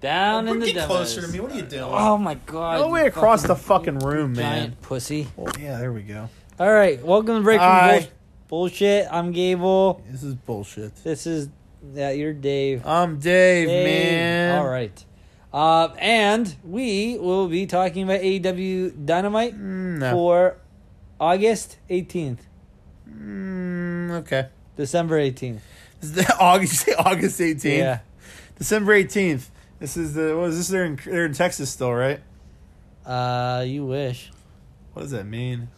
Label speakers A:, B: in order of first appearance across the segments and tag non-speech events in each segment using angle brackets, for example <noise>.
A: Down in the
B: Get closer to
A: Devas.
B: me. What are you doing?
A: Oh my god.
C: All the
A: you
C: way across
A: fucking
C: the fucking room,
A: giant
C: man.
A: pussy.
C: Well, yeah, there we go.
A: All right, welcome to Breaking
C: Hi.
A: Bull- Bullshit. I'm Gable.
C: This is bullshit.
A: This is yeah, you're Dave.
C: I'm Dave,
A: Hey,
C: man.
A: All right. Uh, and we will be talking about AEW Dynamite
C: Mm, no.
A: for August 18th,
C: Mm, okay.
A: December 18th.
C: This is the <laughs> August August 18th.
A: Yeah.
C: December 18th. This is the what is this? They're in they're in Texas still, right?
A: Uh, you wish.
C: What does that mean?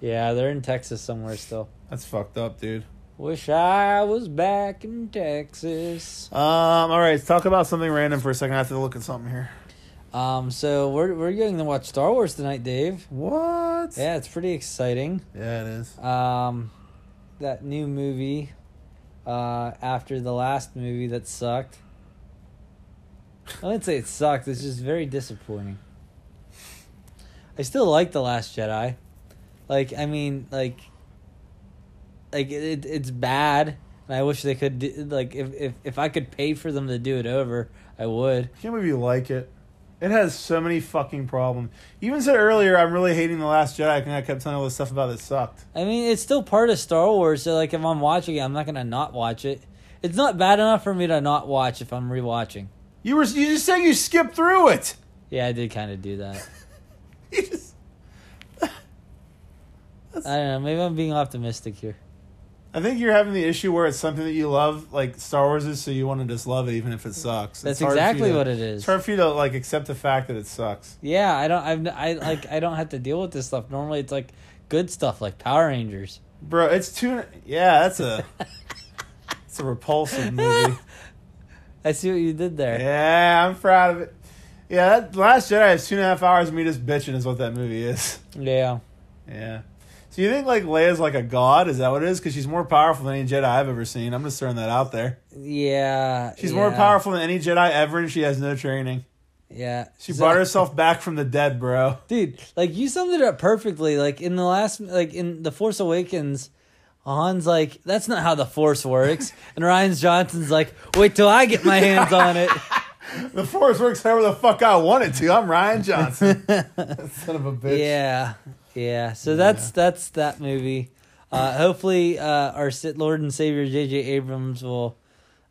A: Yeah, they're in Texas somewhere still.
C: That's fucked up, dude.
A: Wish I was back in Texas.
C: Um. All right. Let's talk about something random for a second. I have to look at something here.
A: Um, so we're we're going to watch Star Wars tonight, Dave.
C: What?
A: Yeah, it's pretty exciting.
C: Yeah, it is.
A: Um, that new movie, uh, after the last movie that sucked. I wouldn't say it sucked. It's just very disappointing. I still like the Last Jedi. Like I mean, like, like it, it's bad, and I wish they could do, like if if if I could pay for them to do it over, I would.
C: Can't believe you like it. It has so many fucking problems. You even said earlier, I'm really hating The Last Jedi, and I kept telling you all this stuff about it sucked.
A: I mean, it's still part of Star Wars, so like if I'm watching it, I'm not gonna not watch it. It's not bad enough for me to not watch if I'm rewatching.
C: You were you just said you skipped through it. <laughs>
A: Yeah, I did kind of do that.
C: You just,
A: I don't know. Maybe I'm being optimistic here.
C: I think you're having the issue where it's something that you love, like Star Wars is, so you want to just love it even if it sucks.
A: That's
C: It's hard for you
A: exactly
C: to-
A: what it is.
C: It's hard for you to like accept the fact that it sucks.
A: Yeah, I don't. I've. n- I like. I don't have to deal with this stuff. Normally, it's like good stuff, like Power Rangers.
C: Bro, it's too yeah, that's
A: <laughs>
C: a it's a repulsive <laughs> movie.
A: I see what you did there.
C: Yeah, I'm proud of it. Yeah, that Last Jedi is two and a half hours of me just bitching is what that movie is.
A: Yeah.
C: Yeah. So you think like Leia's like a god? Is that what it is? Because she's more powerful than any Jedi I've ever seen. I'm just throwing that out there.
A: Yeah.
C: She's
A: yeah,
C: more powerful than any Jedi ever, and she has no training.
A: Yeah.
C: She
A: So-
C: brought herself back from the dead, bro.
A: Dude, like you summed it up perfectly. Like in the last, like in the Force Awakens, Han's like, "That's not how the
C: <laughs>
A: Force works," and Ryan Johnson's like, "Wait till I get my hands
C: <laughs>
A: on it."
C: The Force works however the fuck I want it to. I'm Ryan
A: <laughs>
C: Johnson. Son of a bitch.
A: Yeah, yeah. So that's that's that movie. Uh, hopefully, uh, our Sith Lord and Savior J.J. Abrams will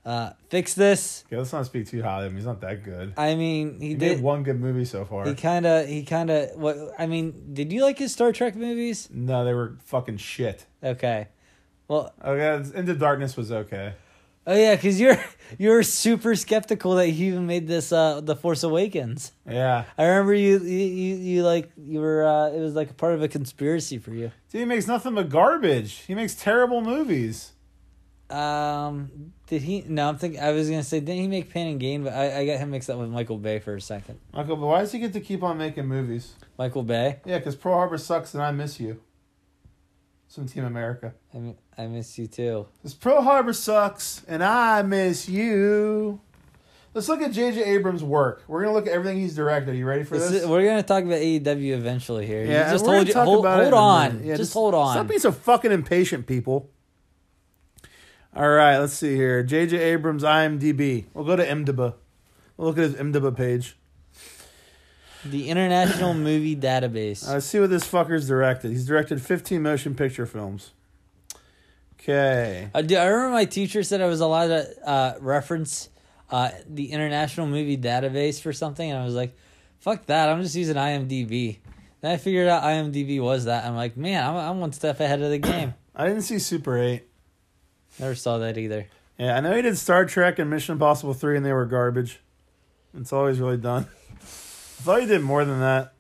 A: uh, fix this.
C: Okay, let's not speak too highly of him. He's not that good.
A: I mean, he
C: He
A: did.
C: made one good movie so far.
A: he kind of. He kind of. What I mean, did you like his Star Trek movies?
C: No, they were fucking shit.
A: Okay. Well,
C: Okay, it's- Into Darkness was okay.
A: oh yeah, because you're <laughs> you're super skeptical that he even made this. Uh, the Force Awakens.
C: Yeah.
A: I remember you you you, you like you were. Uh, it was like a part of a conspiracy for you.
C: Dude, he makes nothing but garbage. He makes terrible movies.
A: Um, did he? No, I'm thinking. I was gonna say, didn't he make Pan and Gain? But I, I got him mixed up with Michael Bay for a second.
C: Michael, but why does he get to keep on making movies?
A: Michael Bay.
C: Yeah, because Pearl Harbor sucks and I miss you. Some Team America.
A: I mi- I miss you too.
C: Because Pearl Harbor sucks and I miss you. Let's look at J.J. Abrams' work. We're going to look at everything he's directed. you ready for
A: This
C: this?
A: is- we're gonna talk about AEW eventually here.
C: and
A: you just
C: we're
A: hold
C: gonna
A: you,
C: talk
A: hold,
C: about it
A: hold
C: in a
A: on.
C: minute. Yeah,
A: just, hold on.
C: Stop being so fucking impatient, people. All right, let's see here. J.J. Abrams, IMDb. We'll go to IMDb. We'll look at his IMDb page.
A: The
C: <laughs>
A: International Movie Database.
C: Uh, Let's see what this fucker's directed. He's directed 15 motion picture films. Okay.
A: Uh, dude, I remember my teacher said I was allowed to uh, reference uh, the International Movie Database for something, and I was like, "Fuck that! I'm just using IMDb." Then I figured out IMDb was that. I'm like, man, I'm, I'm one step ahead of the game.
C: I didn't see Super 8.
A: Never saw that either.
C: Yeah, I know he did Star Trek and Mission Impossible 3, and they were garbage. It's always really done. <laughs> I thought he did more than that.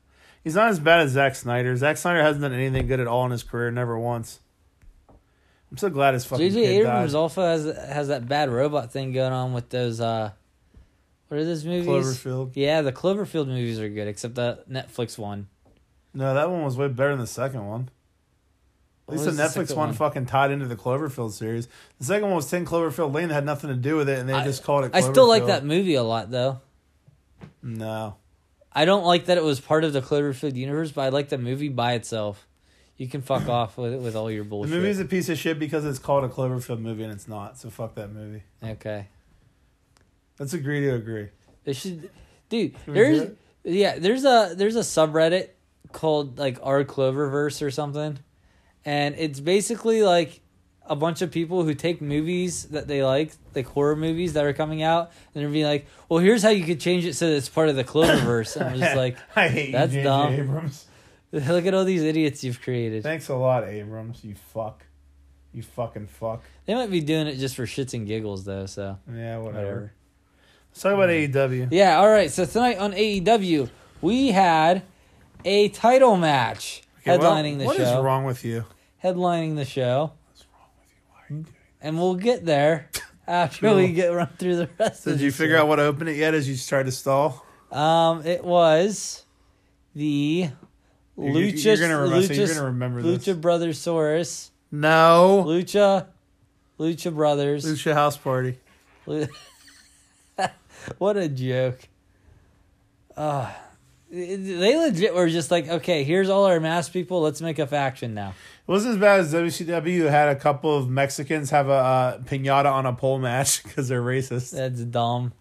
C: He's not as bad as Zack Snyder. Zack Snyder hasn't done anything good at all in his career, never once. I'm so glad his fucking
A: JJ
C: kid
A: Abrams
C: died.
A: also has has that bad robot thing going on with those uh what are those movies?
C: Cloverfield.
A: Yeah, the Cloverfield movies are good, except the Netflix one.
C: No, that one was way better than the second one. At least the
A: What was
C: Netflix
A: second
C: one, fucking tied into the Cloverfield series. The second one was 10 Cloverfield Lane that had nothing to do with it, and they
A: I-
C: just called it
A: I still like
C: Cloverfield.
A: that movie a lot though.
C: No.
A: I don't like that it was part of the Cloverfield universe, but I like the movie by itself. You can fuck off with with all your
C: The
A: bullshit.
C: movie's a piece of shit because it's called a Cloverfield movie and it's not, so fuck that movie.
A: okay.
C: Let's agree to agree.
A: They should, dude.
C: we
A: There's <laughs>
C: do it?
A: yeah, there's a there's a subreddit called like our Cloververse or something, and it's basically like a bunch of people who take movies that they like, like horror movies that are coming out, and they're being like, "Well, here's how you could change it so that it's part of the Cloververse." and I'm
C: <laughs>
A: just like, <laughs>
C: I hate
A: that's
C: you, J.J.
A: dumb.
C: Abrams.
A: "Look at all these idiots you've created."
C: Thanks a lot, Abrams. You fuck. You fucking fuck.
A: They might be doing it just for shits and giggles though. So
C: Yeah, whatever.
A: whatever.
C: Let's talk about E AEW.
A: Yeah, all right. So tonight on AEW, we had a title match
C: Okay, well,
A: headlining the
C: What
A: show.
C: is wrong with you?
A: Headlining the show,
C: What's wrong with you? Why are you doing
A: and we'll get
C: <laughs>
A: there after
C: Cool.
A: we get run through the rest.
C: Did
A: of
C: you
A: the
C: figure out what opened it yet as you tried to stall?
A: show. Um, it was the
C: You're-
A: Lucha
C: you're gonna remember, so you're
A: Lucha-
C: gonna remember this.
A: Lucha Brothersaurus,
C: No.
A: Lucha, Lucha Brothers.
C: Lucha House Party.
A: Lu- what a joke! Uh, they legit were just like, okay, here's all our mass people. Let's make a faction now.
C: It wasn't as bad as WCW had a couple of Mexicans have a uh, pinata on a pole match <laughs> because they're racist.
A: That's dumb.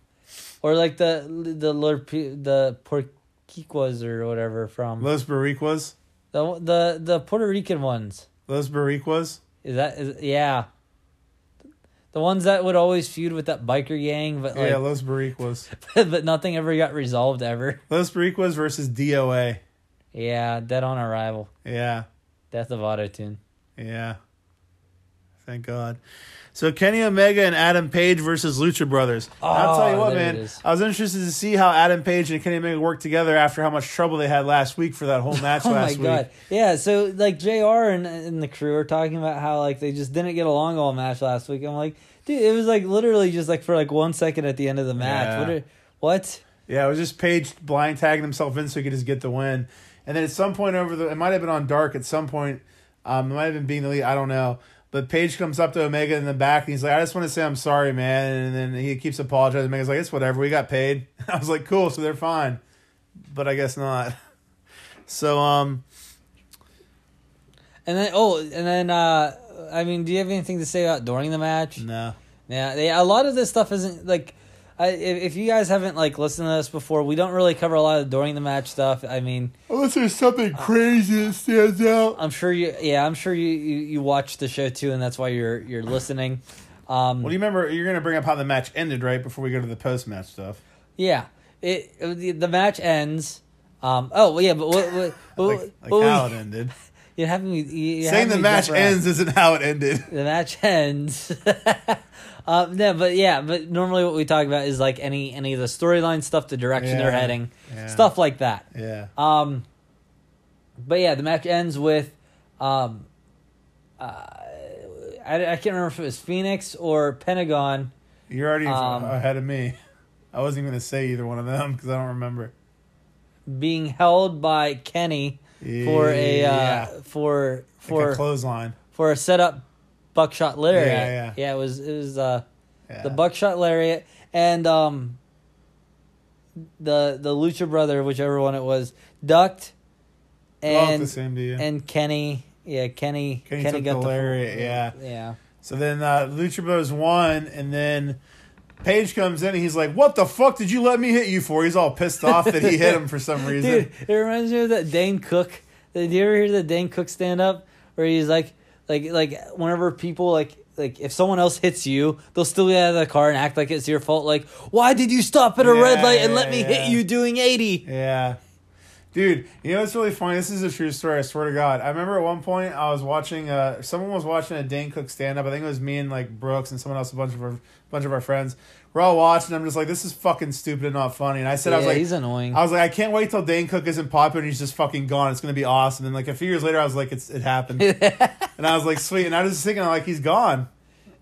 A: Or like the the Lord the Porquiquas or whatever from
C: Los Bariquas.
A: the the the Puerto Rican ones.
C: Los Bariquas.
A: Is that is, yeah? The ones that would always feud with that biker gang, but like,
C: yeah, Los Bariquas.
A: <laughs> but nothing ever got resolved ever.
C: Los Bariquas versus DOA.
A: Yeah, dead on arrival,
C: Yeah.
A: death of autotune.
C: Yeah. Thank God. So Kenny Omega and Adam Page versus Lucha Brothers. I'll tell you
A: Oh,
C: what,
A: there it
C: man.
A: is.
C: I was interested to see how Adam Page and Kenny Omega worked together after how much trouble they had last week for that
A: <laughs>
C: whole match
A: Oh my
C: last
A: god,
C: week.
A: yeah. So like Jr. and and the crew are talking about how like they just didn't get along all match last week. I'm like, dude, it was like literally just like for like one second at the end of the match.
C: Yeah.
A: What? Are, what?
C: Yeah, it was just Page blind tagging himself in so he could just get the win. And then at some point over the, it might have been on Dark at some point. Um, it might have been being the lead. I don't know. But Page comes up to Omega in the back and he's like, "I just want to say I'm sorry, man." And then he keeps apologizing. Omega's like, "It's whatever. We got paid." <laughs> I was like, "Cool, so they're fine," but I guess not. <laughs> So um,
A: And then oh, and then uh I mean, do you have anything to say about during the match?
C: no,
A: Yeah, they, a lot of this stuff isn't like. I, if if you guys haven't like listened to us before, we don't really cover a lot of during the match stuff. I mean,
C: unless there's something crazy that stands out.
A: I'm sure you, yeah, I'm sure you, you, you watch the show too, and that's why you're you're listening. Um,
C: Well, do you remember? You're gonna bring up how the match ended, right? Before we go to the post match stuff.
A: Yeah, it, it- the, the match ends. Um, oh well, yeah, but what? what, what,
C: <laughs> Like, like
A: what
C: how it
A: we,
C: ended.
A: you're having me. you you're
C: Saying
A: having
C: the
A: me
C: match
A: jump around.
C: ends isn't how it ended.
A: The match ends. <laughs> um, no, but yeah, but normally what we talk about is like any any of the storyline stuff, the direction they're
C: Yeah,
A: heading,
C: yeah.
A: stuff like that.
C: Yeah.
A: Um, but yeah, the match ends with, um, uh, I, I can't remember if it was Phoenix or Pentagon.
C: You're already
A: Um,
C: ahead of me. I wasn't even going to say either one of them because I don't remember.
A: being held by Kenny for a
C: Yeah.
A: uh, for
C: For
A: for
C: like a clothesline.
A: for a setup buckshot lariat.
C: Yeah, yeah.
A: it was it was uh,
C: Yeah.
A: the buckshot lariat and um, the the Lucha brother, whichever one it was, ducked
C: Well, it's
A: and
C: the same to you.
A: and Kenny. Yeah, Kenny.
C: Kenny took the lariat, yeah.
A: yeah.
C: so then uh, Lucha Bros won, and then Paige comes in and he's like, "What the fuck did you let me hit you for?" He's all pissed off that he hit him for some reason.
A: <laughs> Dude, it reminds me of that Dane Cook. Did you ever hear the Dane Cook stand up where he's like, like, like whenever people like, like if someone else hits you, they'll still get out of the car and act like it's your fault. Like, why did you stop at a red
C: Yeah,
A: light and
C: yeah,
A: let me
C: yeah.
A: hit you doing eighty?
C: Yeah. Dude, you know what's really funny? This is a true story, I swear to God. I remember at one point I was watching uh someone was watching a Dane Cook stand up. I think it was me and like Brooks and someone else, a bunch of our bunch of our friends. We're all watching, I'm just like, this is fucking stupid and not funny. And I said
A: Yeah,
C: I was like
A: he's annoying.
C: I was like, I can't wait till Dane Cook isn't popular and he's just fucking gone. It's gonna be awesome. And like a few years later I was like, it's it
A: <laughs>
C: happened. and I was like, sweet. And I was just thinking like he's gone.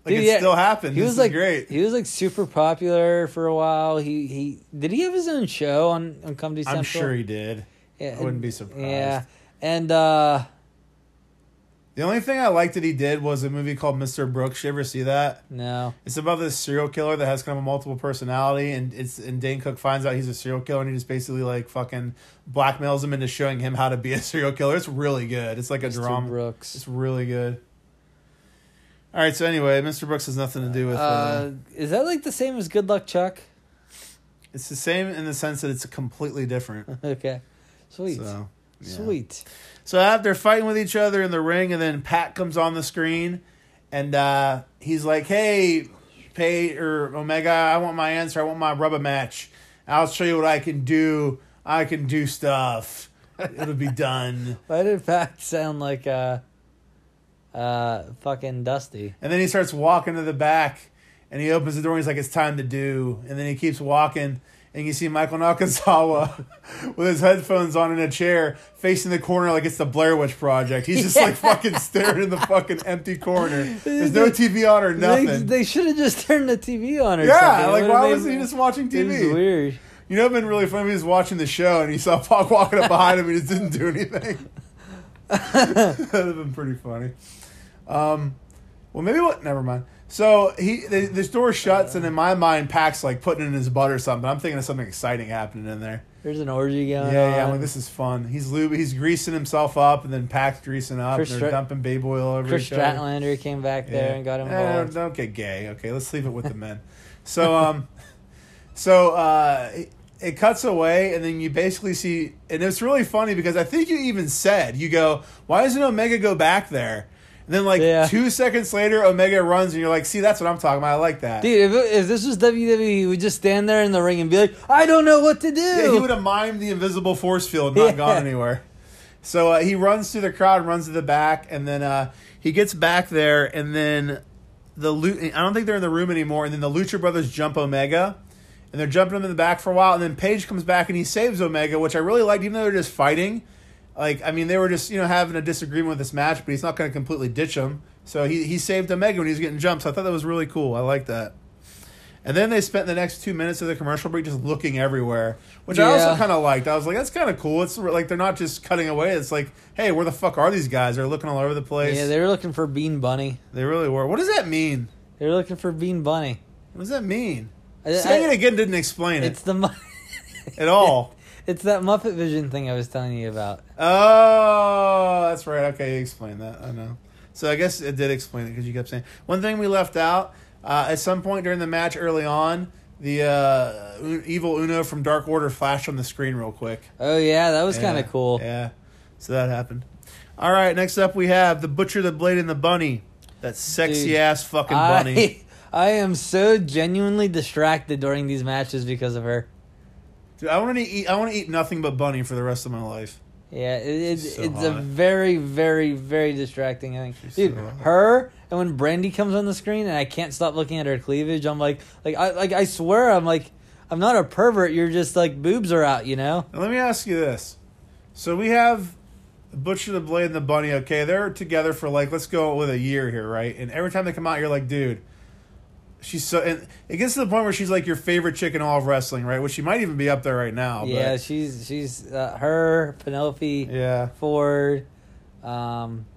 C: Like
A: Dude,
C: it
A: yeah.
C: still happened.
A: he
C: this
A: was
C: is
A: like
C: great.
A: He was like super popular for a while. He he did he have his own show on on Comedy Central?
C: I'm sure he did.
A: Yeah,
C: I wouldn't be
A: and-
C: surprised.
A: Yeah, and uh
C: The only thing I liked that he did was a movie called Mr. Brooks. You ever see that?
A: no,
C: It's about this serial killer that has kind of a multiple personality, and it's and Dane Cook finds out he's a serial killer, and he just basically like fucking blackmails him into showing him how to be a <laughs> serial killer. It's really good. It's like a
A: Mr.
C: drama.
A: Brooks.
C: It's really good. All right. So anyway, Mr. Brooks has nothing to do with. Uh,
A: Uh, is that like the same as Good Luck Chuck?
C: It's the same in the sense that it's completely different.
A: okay. Sweet.
C: So, yeah.
A: Sweet.
C: So after fighting with each other in the ring, and then Pat comes on the screen, and uh, he's like, "Hey, Pay or Omega, I want my answer. I want my rubber match. I'll show you what I can do. I can do stuff. It'll be done."
A: Why did Pat sound like uh uh fucking Dusty?
C: And then he starts walking to the back and he opens the door and he's like, it's time to do. And then he keeps walking and you see Michael Nakazawa <laughs> with his headphones on in a chair facing the corner like it's the Blair Witch Project. He's just like fucking staring in the fucking empty corner. There's no TV on or
A: They,
C: nothing.
A: they should have just turned the TV on or
C: yeah,
A: something. It
C: like
A: would've
C: why
A: made-
C: was he just watching
A: it was
C: TV?
A: weird.
C: You know, it'd been really funny if he was watching the show and he saw <laughs> Pac walking up behind him and just didn't do anything. <laughs> That'd have been pretty funny. Um, well, maybe what? Never mind. So he, the, this door shuts, and in my mind, Pac's like putting in his butt or something. I'm thinking of something exciting happening in there.
A: There's an orgy
C: Yeah,
A: going on.
C: yeah. I'm like, this is fun. He's lube, he's greasing himself up, and then Pac's greasing up.
A: Chris
C: and they're
A: Strat-
C: dumping baby oil all over
A: Chris
C: each other.
A: Stratlander came back there and got
C: Eh, don't,
A: involved.
C: don't get gay. Okay, let's leave it with the men. So um, <laughs> so uh, it, it cuts away, and then you basically see, and it's really funny because I think you even said you go, why doesn't Omega go back there? And then like
A: Yeah.
C: two seconds later, Omega runs, and you're like, see, that's what I'm talking about. I like that.
A: Dude, if, it- if this was WWE, he would just stand there in the ring and be like, I don't know what to do.
C: Yeah, he would have mimed the invisible force field, not
A: Yeah.
C: gone anywhere. So uh, he runs through the crowd, runs to the back, and then uh, he gets back there, and then the Lu- I don't think they're in the room anymore. And then the Lucha Brothers jump Omega, and they're jumping him in the back for a while, and then Page comes back and he saves Omega, which I really liked, even though they're just fighting. Like I mean, they were just you know having a disagreement with this match, but he's not going to completely ditch him. So he he saved Omega when he was getting jumped. So I thought that was really cool. I like that. And then they spent the next two minutes of the commercial break just looking everywhere, which I also
A: Yeah.
C: kind of liked. I was like, that's kind of cool. It's like they're not just cutting away. It's like, hey, where the fuck are these guys? They're looking all over the place.
A: Yeah,
C: they
A: they were looking for Bean Bunny.
C: really were. What does that mean?
A: They were looking for Bean Bunny.
C: What does that mean?
A: I-
C: Saying
A: I-
C: it again didn't explain
A: It's
C: it
A: the Mu- <laughs>
C: at all.
A: it's that Muppet Vision thing I was telling you about.
C: Oh, that's right. Okay, you explained that. I know. So I guess it did explain it because you kept saying one thing we left out uh, at some point during the match early on. The uh, U- evil Uno from Dark Order flashed on the screen real quick.
A: Oh yeah, that was
C: Yeah,
A: kind of cool.
C: Yeah. So that happened. All right. Next up, we have the butcher, the blade, and the bunny. That sexy
A: Dude,
C: ass fucking bunny.
A: <laughs> I I am so genuinely distracted during these matches because of her.
C: Dude, I want to eat. I want to eat nothing but bunny for the rest of my life.
A: Yeah, it, it,
C: She's so
A: it's a
C: hot.
A: very, very, very distracting thing.
C: She's
A: Dude,
C: so hot.
A: her and when Brandy comes on the screen and I can't stop looking at her cleavage, I'm like, like I like I swear I'm like I'm not a pervert. You're just like boobs are out, you know.
C: Now, let me ask you this. So we have Butcher the Blade and the Bunny, okay? They're together for like, let's go with a year here, right? And every time they come out, you're like, dude, she's so. And it gets to the point where she's like your favorite chick in all of wrestling, right? Which she might even be up there right now.
A: yeah,
C: But,
A: she's she's uh, her Penelope
C: yeah.
A: Ford, um,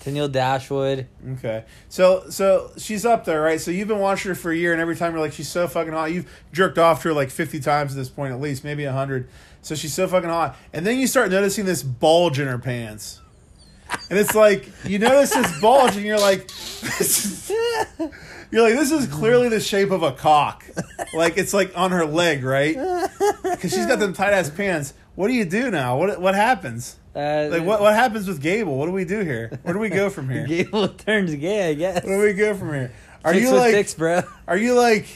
A: Tennille Dashwood.
C: Okay. So so she's up there, right? So you've been watching her for a year, and every time you're like, she's so fucking hot. You've jerked off to her like 50 times at this point, at least, maybe 100. So she's so fucking hot. And then you start noticing this bulge in her pants. And it's like, you notice this bulge, and you're like, you're like, this is clearly the shape of a cock. Like, it's like on her leg, right? Because she's got them tight ass pants. What do you do now? What, what happens?
A: Uh,
C: Like,
A: <laughs>
C: what, what happens with Gable? What do we do here? Where do we go from here?
A: Gable turns gay, I guess.
C: Where do we go from here? Are
A: chicks
C: you
A: with
C: like?
A: dicks, bro?
C: Are you like?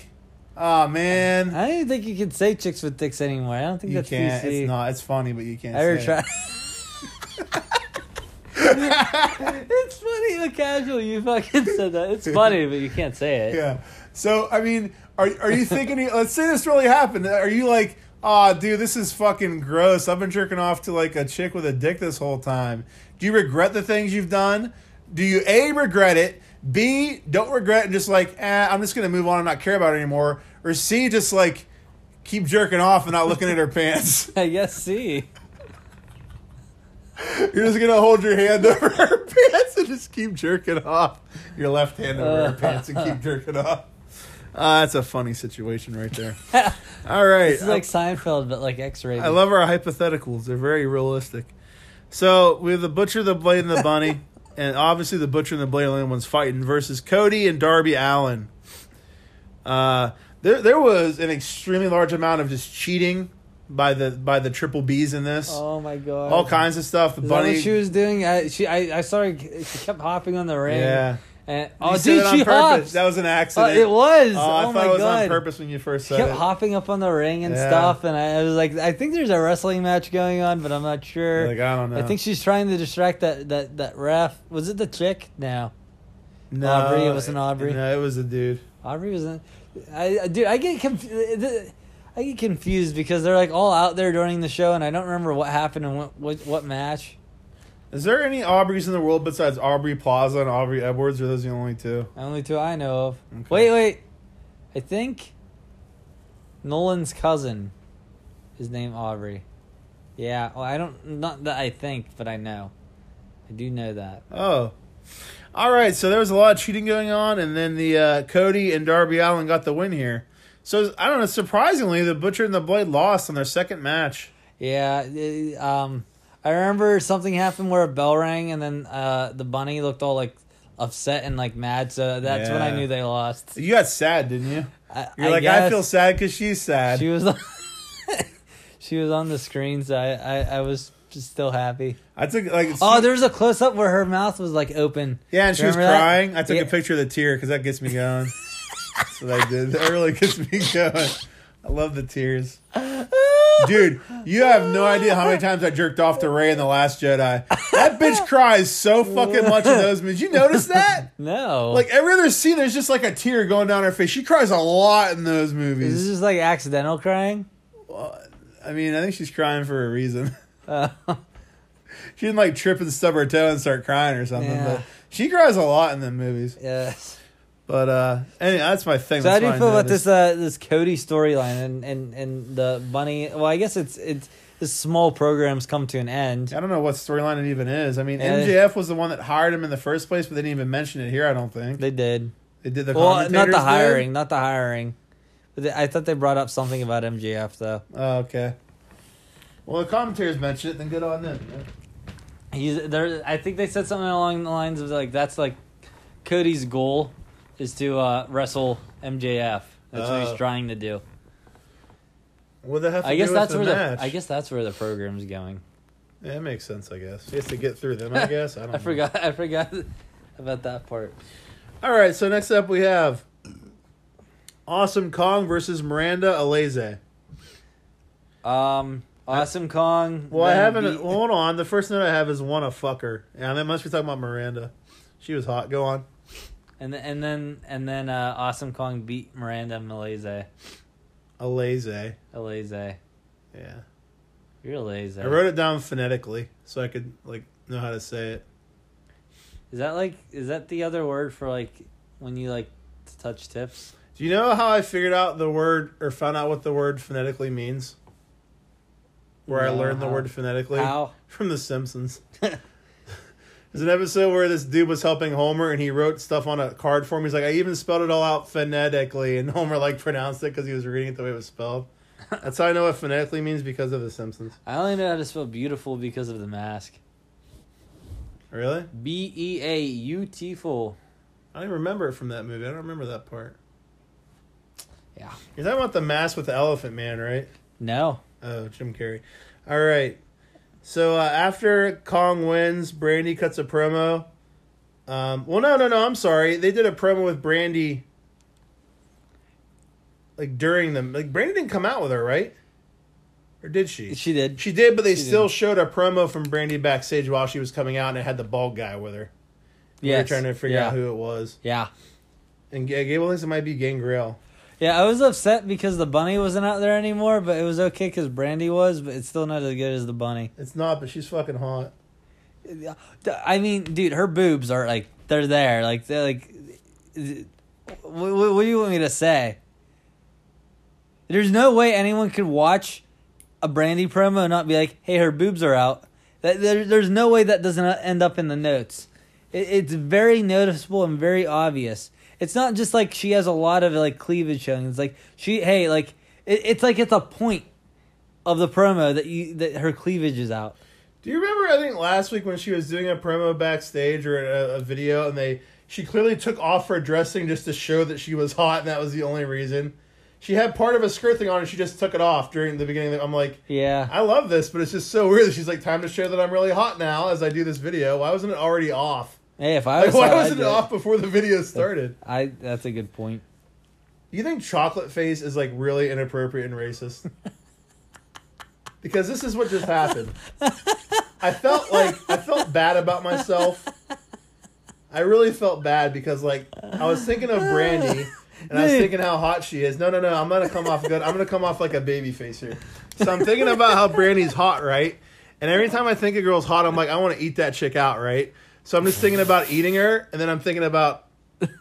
C: Oh man,
A: I don't even think you can say chicks with dicks anymore. I don't think
C: you
A: that's
C: can't.
A: PC.
C: It's not. It's funny, but you can't.
A: I ever
C: say <laughs>
A: try?
C: it.
A: it's funny how casual you fucking said that. It's funny, but you can't say it.
C: Yeah. So I mean, are are you thinking? <laughs> let's say this really happened. Are you like? Ah, dude, this is fucking gross. I've been jerking off to like a chick with a dick this whole time. Do you regret the things you've done? Do you a regret it? B don't regret it and just like, eh, I'm just gonna move on and not care about it anymore. Or C just like keep jerking off and not looking at her <laughs> pants.
A: I guess see.
C: You're just gonna hold your hand <laughs> over her pants and just keep jerking off. Your left hand over her pants and
A: <laughs>
C: keep jerking off. Uh, that's a funny situation right there. All right,
A: <laughs> This is like Seinfeld, but like X-rated.
C: I love our hypotheticals. They're very realistic. So we have the butcher, the blade, and the
A: <laughs>
C: bunny, and obviously the butcher and the blade are the only ones fighting versus Cody and Darby Allen. Uh, There, there was an extremely large amount of just cheating by the by the triple Bs in this.
A: Oh my god!
C: All kinds of stuff. The
A: Is that
C: bunny.
A: what she was doing? I, she, I, I saw her. She kept hopping on the ring.
C: yeah.
A: And,
C: You
A: oh,
C: said
A: dude,
C: that on
A: she
C: purpose.
A: hops.
C: That was an
A: Oh,
C: accident.
A: it was.
C: Oh,
A: Oh,
C: I thought
A: my
C: it was
A: god!
C: on purpose when you first
A: She
C: said
A: kept
C: it.
A: hopping up on the ring and
C: Yeah.
A: stuff, and I, I was like, I think there's a wrestling match going on, but I'm not sure.
C: Like I don't know.
A: I think she's trying to distract that, that, that ref. Was it the chick? No,
C: no,
A: Aubrey, it was an Aubrey.
C: No, it was a dude.
A: Aubrey wasn't. I I- dude, I get confused. I get confused because they're like all out there during the show, and I don't remember what happened and what what, what match.
C: Is there any Aubreys in the world besides Aubrey Plaza and Aubrey Edwards? Or are those the only two?
A: Only two I know of.
C: Okay.
A: Wait, wait. I think Nolan's cousin is named Aubrey. Yeah, well, I don't not that I think, but I know. I do know that.
C: Oh. All right, so there was a lot of cheating going on, and then the uh, Cody and Darby Allen got the win here. So I don't know. Surprisingly, the Butcher and the Blade lost on their second match.
A: Yeah, it- um I remember something happened where a bell rang and then uh the bunny looked all like upset and like mad, so that's when I
C: Yeah.
A: knew they lost.
C: You got sad, didn't you?
A: I,
C: You're
A: I
C: like, I
A: guess
C: feel sad because she's sad.
A: she was <laughs> on, She was on the screen, so I I, I was just still happy.
C: I took like
A: Oh, there was a close up where her mouth was like
C: <laughs>
A: open.
C: yeah, and she was
A: remember that?
C: crying. I took a
A: Yeah.
C: picture of the tear because that gets me going. That's what I did. That really gets me <laughs> going. I love the tears. Dude, you have no idea how many times I jerked off to Ray in The Last Jedi. That bitch cries so fucking much in those movies. You notice that?
A: No.
C: Like every other scene, there's just like a tear going down her face. She cries a lot in those
A: is
C: movies.
A: this just like
C: <laughs>
A: accidental crying? <laughs>
C: I mean, I think she's crying for a reason. <laughs>
A: Uh,
C: She didn't like trip and stub her toe and start crying or something,
A: Yeah.
C: but she cries a lot in the movies.
A: yes.
C: But uh anyway, that's my thing.
A: So how
C: That's
A: do you
C: why I
A: feel about
C: noticed.
A: this uh, this Cody storyline and, and, and the bunny? Well, I guess it's it's this small program's come to an end.
C: I don't know what storyline it even is. I mean,
A: Yeah.
C: MJF was the one that hired him in the first place, but they didn't even mention it here. I don't think
A: They did.
C: they did the
A: Well, not
C: commentators
A: the
C: did?
A: hiring, not the hiring. But they, I thought they brought up something about MJF though.
C: Oh, okay. Well, the commentators mentioned it. Then good on them. man.
A: He's there. I think they said something along the lines of like that's like Cody's goal is to uh, wrestle MJF. That's
C: Oh.
A: what he's trying to do.
C: What the hell?
A: I guess that's
C: the
A: where
C: match?
A: the I guess that's where the program's going.
C: yeah, it makes sense. I guess he has to get through
A: <laughs>
C: them. I guess I don't.
A: I
C: know.
A: forgot. I forgot about that part.
C: All right. So next up we have Awesome Kong versus Miranda Aleze.
A: Um, Awesome Kong.
C: Well, I
A: then
C: haven't.
A: beat-
C: Hold on. The first note I have is want to fuck her. Yeah, they must be talking about Miranda. She was hot. Go on.
A: and th- and then and then uh, Awesome Kong beat Miranda Malaise.
C: Aleze.
A: Alaze.
C: Yeah.
A: You're Alaze.
C: I wrote it down phonetically so I could like know how to say it.
A: Is that like? Is that the other word for like when you like to touch tips?
C: Do you know how I figured out the word or found out what the word phonetically means? Where I
A: No,
C: learned the
A: how?
C: word phonetically
A: How?
C: <laughs> from The
A: <laughs>
C: Simpsons. There's an episode where this dude was helping Homer and he wrote stuff on a card for him. He's like, I even spelled it all out phonetically, and <laughs> Homer like pronounced it because he was reading it the way it was spelled. That's how I know what phonetically means because of The Simpsons.
A: I only know how to spell beautiful because of the mask.
C: Really?
A: B e a u t ful.
C: I don't even remember it from that movie. I don't remember that part.
A: Yeah.
C: You're talking about the mask with the elephant man, right?
A: No.
C: Oh, Jim Carrey. All right. So uh, after Kong wins, Brandy cuts a promo. Um, well, no, no, no. I'm sorry. They did a promo with Brandy. Like during them, like Brandy didn't come out with her, right? Or did she?
A: She did.
C: She did, but they
A: She
C: still showed a promo from Brandy backstage while she was coming out, and it had the bald guy with her. Yeah, we
A: Yes.
C: were trying to figure
A: yeah.
C: out who it was.
A: Yeah.
C: And G- Gable thinks it might be Gangrel.
A: Yeah, I was upset because the bunny wasn't out there anymore, but it was okay because Brandy was, but it's still not as good as the bunny.
C: It's not, but she's fucking hot.
A: I mean, dude, her boobs are like they're there, like they're like. What, what, what do you want me to say? There's no way anyone could watch a Brandy promo and not be like, "Hey, her boobs are out." That there, there's no way that doesn't end up in the notes. It, it's very noticeable and very obvious. It's not just like she has a lot of like cleavage showing. It's like she, hey, like it, it's like it's a point of the promo that you that her cleavage is out.
C: Do you remember? I think last week when she was doing a promo backstage or a, a video, and they she clearly took off her dressing just to show that she was hot, and that was the only reason. She had part of a skirt thing on and she just took it off during the beginning. I'm like,
A: Yeah.
C: I love this, but it's just so weird. that She's like, time to show that I'm really hot now as I do this video. Why wasn't it already off?
A: Hey, if I
C: Like,
A: was,
C: why
A: hot, I'd
C: wasn't
A: do
C: it off before the video started?
A: I. That's a good point.
C: You think chocolate face is like really inappropriate and racist? Because this is what just happened. I felt like I felt bad about myself. I really felt bad because like I was thinking of Brandy and I was
A: Dude.
C: thinking how hot she is. No, no, no. I'm gonna come off good. I'm gonna come off like a baby face here. So I'm thinking about how Brandy's hot, right? And every time I think a girl's hot, I'm like, I want to eat that chick out, right? So I'm just thinking about eating her, and then I'm thinking about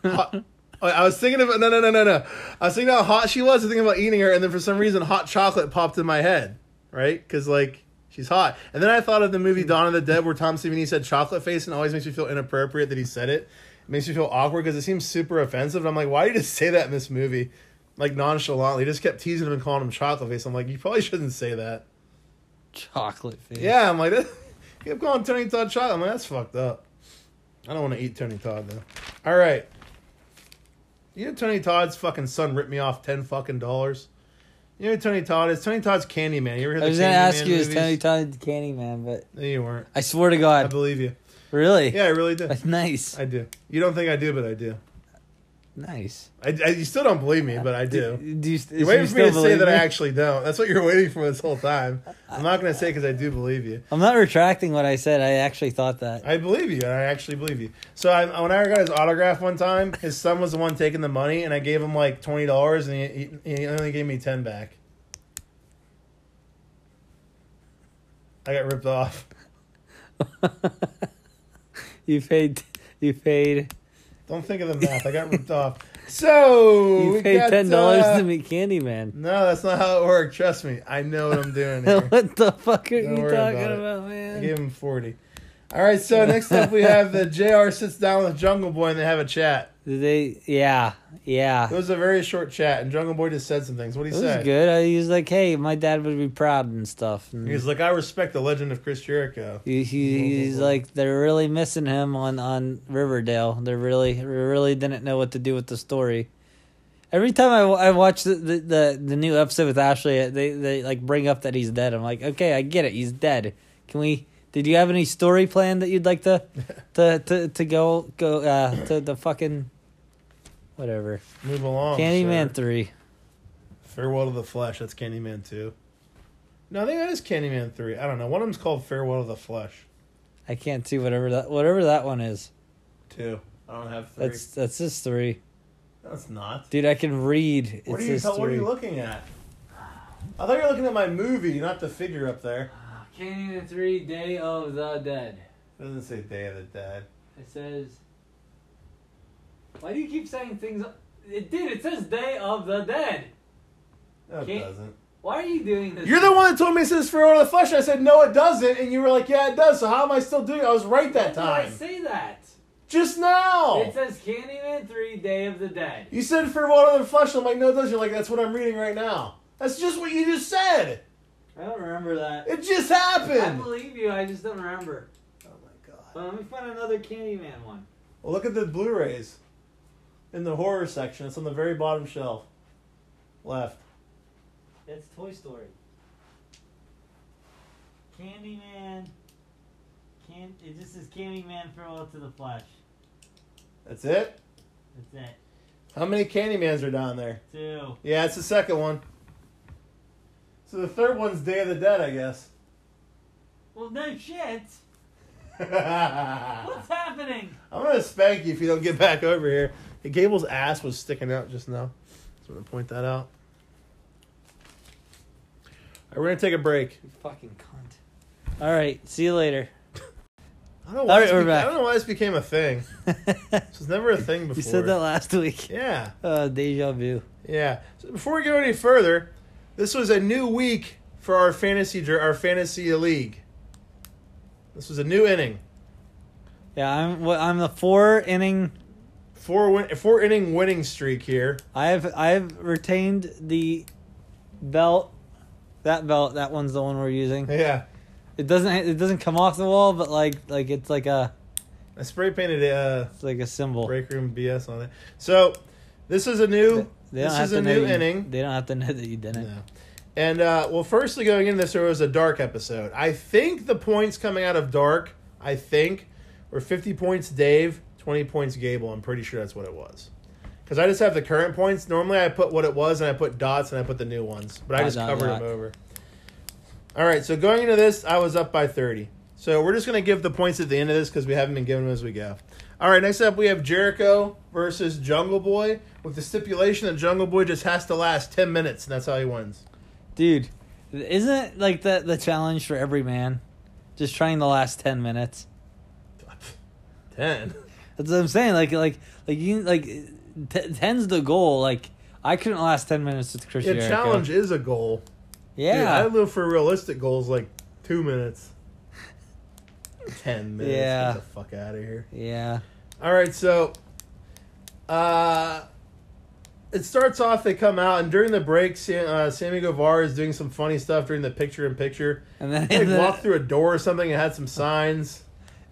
C: hot. I- Oh, I was thinking about no no no no no. I was thinking about how hot she was. I was thinking about eating her, and then for some reason, hot chocolate popped in my head, right? Because like she's hot. And then I thought of the movie Dawn of the Dead, where Tom Savini said chocolate face, and it always makes me feel inappropriate that he said it. It makes me feel awkward because it seems super offensive. And I'm like, why do you just say that in this movie? Like nonchalantly, He just kept teasing him and calling him chocolate face. I'm like, you probably shouldn't say that.
A: Chocolate face.
C: Yeah, I'm like, <laughs> that, kept calling Tony Todd chocolate. I'm like, that's fucked up. I don't want to eat Tony Todd though. All right, you know Tony Todd's fucking son ripped me off ten fucking dollars. You know who Tony Todd is Tony Todd's Candyman. You ever heard
A: I was
C: the
A: gonna
C: Candyman
A: ask you,
C: movies?
A: is Tony Todd Candyman? But
C: No, you weren't.
A: I swear to
C: I
A: God,
C: believe you.
A: really?
C: Yeah, I really do.
A: Nice.
C: I do. You don't think I do, but I do.
A: Nice.
C: I, I- you still don't believe me, but I do.
A: Do, you, st-
C: You're waiting
A: so
C: for
A: you
C: me to
A: still
C: say
A: believe
C: that I
A: me?
C: actually don't. That's what you're waiting for this whole time. I'm not going to say because I do believe you.
A: I'm not retracting what I said. I actually thought that.
C: I believe you. I actually believe you. So I, when I got his autograph one time, his son was the one taking the money, and I gave him like twenty dollars, and he, he, he only gave me ten back. I got ripped off.
A: you paid. You paid.
C: Don't think of the math. I got
A: <laughs>
C: ripped off. So
A: You
C: we
A: paid
C: got,
A: ten dollars
C: uh,
A: to meet Candyman.
C: No, that's not how it worked. Trust me. I know what I'm
A: <laughs>
C: doing here.
A: what the fuck are
C: Don't
A: you
C: worry
A: talking
C: about
A: about,
C: it. I
A: man?
C: gave him 40. All right, so next up we have the JR sits down with Jungle Boy and they have a chat.
A: Did they? Yeah, yeah.
C: It was a very short chat, and Jungle Boy just said some things. What did
A: It
C: he
A: was
C: say?
A: good. I, he was like, "Hey, my dad would be proud and stuff." And
C: He was like, I respect the legend of Chris Jericho.
A: he,
C: Blah, blah,
A: he, he's
C: blah.
A: like, "They're really missing him on on Riverdale. They really really didn't know what to do with the story." Every time I, wa- I watch the, the, the, the new episode with Ashley, they, they like bring up that he's dead. I'm like, okay, I get it. He's dead. Can we? Did you have any story plan that you'd like
C: <laughs>
A: to to to, to go go uh, to the fucking whatever
C: Move along.
A: Candyman
C: sir.
A: three?
C: Farewell to the Flesh. That's Candyman 2. No, I think that is Candyman 3. I don't know. One of them's called Farewell to the Flesh
A: I can't see whatever that whatever that one is.
C: 2. I don't have 3.
A: That's
C: That's,
A: that's just three,
C: not.
A: dude. I can read.
C: What
A: it's
C: are, you
A: just
C: tell, what are
A: three.
C: you looking at? I thought you were looking at my movie, not the figure up there.
A: Canyon three, Day of the Dead.
C: It doesn't say Day of the Dead.
A: It says. Why do you keep saying things? It did. It says Day of the Dead.
C: No, it
A: Can't-
C: doesn't.
A: Why are you doing this?
C: You're the one that told me it says Farewell to the Flesh. I said, no, it doesn't. And you were like, yeah, it does. So how am I still doing it? I was right that time. Oh.
A: say that?
C: Just now.
A: says Candyman three, Day of the Dead.
C: You said farewell to the flesh. I'm like, no, it doesn't. You're like, that's what I'm reading right now. That's just what you just said.
A: I don't remember that.
C: It just happened. Oh
A: believe you. I just don't remember.
C: my
A: But
C: god.
A: let me find another Candyman one.
C: Well, look at the Blu-rays in the horror section. It's on the very bottom shelf, left.
A: That's Toy Story. Candyman. Can it just says Candyman farewell to the flesh.
C: That's it.
A: That's it.
C: How many Candymans are down there?
A: Two.
C: Yeah, it's the second one. So the third one's Day of the Dead, I guess. <laughs>
A: Well, no shit.
C: I'm
A: What's happening?
C: gonna spank you if you don't get back over here. Gable's ass was sticking out just now. Just want to point that out. All right, we're gonna take a break.
A: You fucking cunt. All right. See you later.
C: I don't know why,
A: All right,
C: this,
A: we're
C: beca-
A: back.
C: I don't know why this became a thing. This was never a thing before.
A: <laughs> you said that last week.
C: Yeah,
A: Uh, deja vu.
C: yeah. So before we go any further, this was a new week for our fantasy dr- our fantasy league. This was a new inning,
A: Yeah, I'm. Well, I'm the four inning.
C: four win- four inning winning streak here. <laughs>
A: I have. I have retained the belt. That belt. That one's the one we're using.
C: Yeah,
A: It doesn't. It doesn't come off the wall, but like, like it's like a,
C: I spray painted uh,
A: it's like a symbol.
C: break room BS on it. So this is a new
A: They
C: This
A: don't have
C: is
A: to
C: a
A: know
C: new
A: you-
C: inning.
A: They don't have to know that you did it.
C: Yeah. And uh, well, firstly, going into this, there was a dark episode. I think the points coming out of dark, I think, were fifty points Dave, twenty points Gable. I'm pretty sure that's what it was. Because I just have the current points. Normally, I put what it was, and I put dots, and I put the new ones. But I
A: Dot,
C: just
A: dot,
C: covered
A: dot.
C: them over. All right. So going into this, I was up by thirty. So we're just gonna give the points at the end of this because we haven't been giving them as we go. All right. Next up, we have Jericho versus Jungle Boy with the stipulation that Jungle Boy just has to last ten minutes, and that's how he wins. <laughs>
A: Dude, isn't it like the, the challenge for every man? Just trying the last 10 minutes.
C: Ten.
A: That's what I'm saying. Like, like, like you, like, t- ten's the goal. Like, I couldn't last ten minutes with Chris
C: Yeah,
A: Jericho.
C: challenge is a goal. Dude,
A: Yeah,
C: I live for realistic goals like two minutes. Ten minutes.
A: Yeah.
C: Get the fuck out of here.
A: yeah.
C: All right, so uh, it starts off. They come out, and during the break, Sam, uh, Sammy Guevara is doing some funny stuff during the picture in
A: <laughs>
C: picture.
A: And then,
C: Like
A: and then-
C: walked through a door or something and had some signs.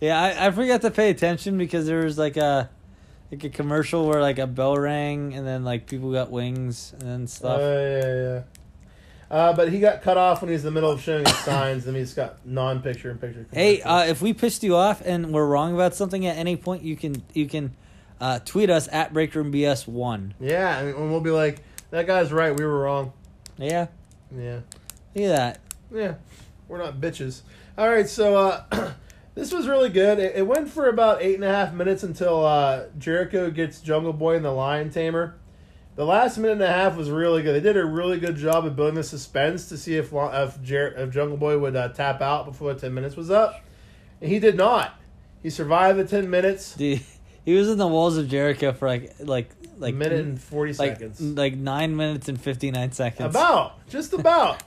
A: yeah, I, I forgot to pay attention because there was like a, like a commercial where like a bell rang and then like people got wings and stuff.
C: Uh, yeah, yeah. Uh, but he got cut off when he was in the middle of showing
A: <coughs>
C: his signs, and he just got non-picture in picture.
A: hey, uh, if we pissed you off and we're wrong about something at any point, you can you can, uh, tweet us at BreakroomBS one.
C: Yeah, and and we'll be like, that guy's right. We were wrong.
A: Yeah,
C: Yeah,
A: look at that.
C: yeah, we're not bitches. All right, so uh, <clears throat> this was really good. It, it went for about eight and a half minutes until uh, Jericho gets Jungle Boy and the Lion Tamer. The last minute and a half was really good. They did a really good job of building the suspense to see if Lo- if, Jer- if Jungle Boy would uh, tap out before ten minutes was up, and he did not. He survived the ten minutes,
A: Dude, <laughs> he was in the walls of Jericho for like like like
C: a minute and forty
A: like
C: seconds.
A: like nine minutes and fifty nine seconds.
C: About, just
A: <laughs>
C: about.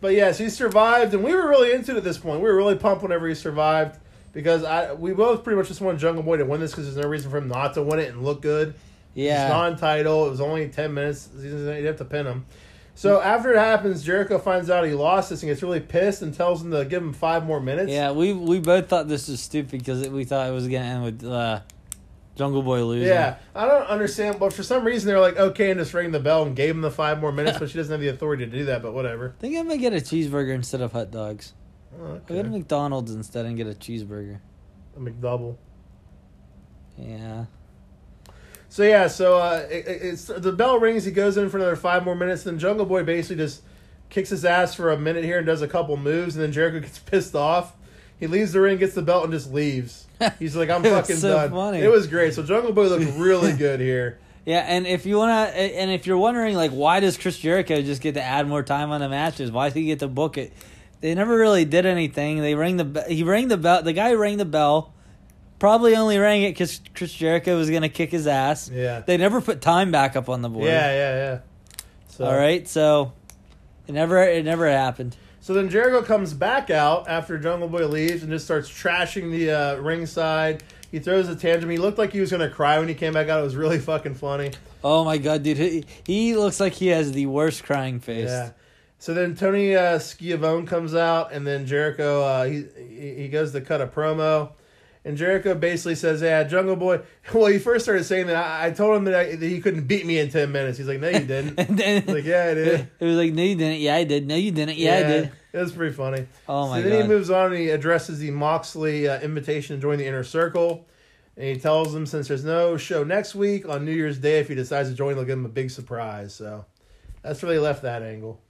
C: but yes, he survived, and we were really into it at this point. We were really pumped whenever he survived because I we both pretty much just wanted Jungle Boy to win this because there's no reason for him not to win it and look good.
A: yeah.
C: It's non-title. It was only ten minutes. You'd have to pin him. So after it happens, Jericho finds out he lost this and gets really pissed and tells him to give him five more minutes.
A: yeah, we we both thought this was stupid because we thought it was gonna end with uh, Jungle Boy losing.
C: Yeah, I don't understand. But for some reason, they're like, okay, and just ring the bell and gave him the five more minutes, but she doesn't have the authority to do that. But whatever.
A: I think I'm gonna get a cheeseburger instead of hot dogs.
C: Oh,
A: I'll go to
C: okay.
A: McDonald's instead and get a cheeseburger.
C: A McDouble.
A: Yeah.
C: So yeah, so uh, it, it- it's the bell rings. He goes in for another five more minutes. Then Jungle Boy basically just kicks his ass for a minute here and does a couple moves, and then Jericho <laughs> gets pissed off. He leaves the ring, gets the belt, and just
A: <laughs>
C: leaves. He's like, "I'm
A: It was
C: fucking
A: so
C: done."
A: funny.
C: It was great. So Jungle Boy
A: <laughs>
C: looked really good here.
A: Yeah, and if you wanna, and if you're wondering, like, why does Chris Jericho just get to add more time on the matches? Why does he get to book it? They never really did anything. They rang the be- he rang the bell. The guy who rang the bell. Probably only rang it because Chris Jericho was gonna kick his ass.
C: Yeah,
A: They never put time back up on the board.
C: yeah, yeah, yeah. So,
A: All right, so it never it never happened.
C: So then Jericho comes back out after Jungle Boy leaves and just starts trashing the uh, ringside. He throws a tantrum. He looked like he was gonna cry when he came back out. It was really fucking funny.
A: Oh my god, dude, he, he looks like he has the worst crying face.
C: Yeah. So then Tony uh, Schiavone comes out, and then Jericho uh, he he he goes to cut a promo, and Jericho basically says, "Yeah, Jungle Boy." <laughs> Well, he first started saying that I, I told him that, I, that he couldn't beat me in ten minutes. He's like, "No, you
A: <laughs>
C: didn't."
A: <laughs> And then-
C: He's like, "Yeah, I
A: it,
C: did."
A: was like, no, you didn't. Yeah, I did. No, you didn't. Yeah, I did.
C: It was pretty funny.
A: Oh my
C: so then
A: god.
C: he moves on and he addresses the Moxley uh, invitation to join the inner circle. And he tells him since there's no show next week on New Year's Day, if he decides to join, they'll give him a big surprise. So that's where they left that angle.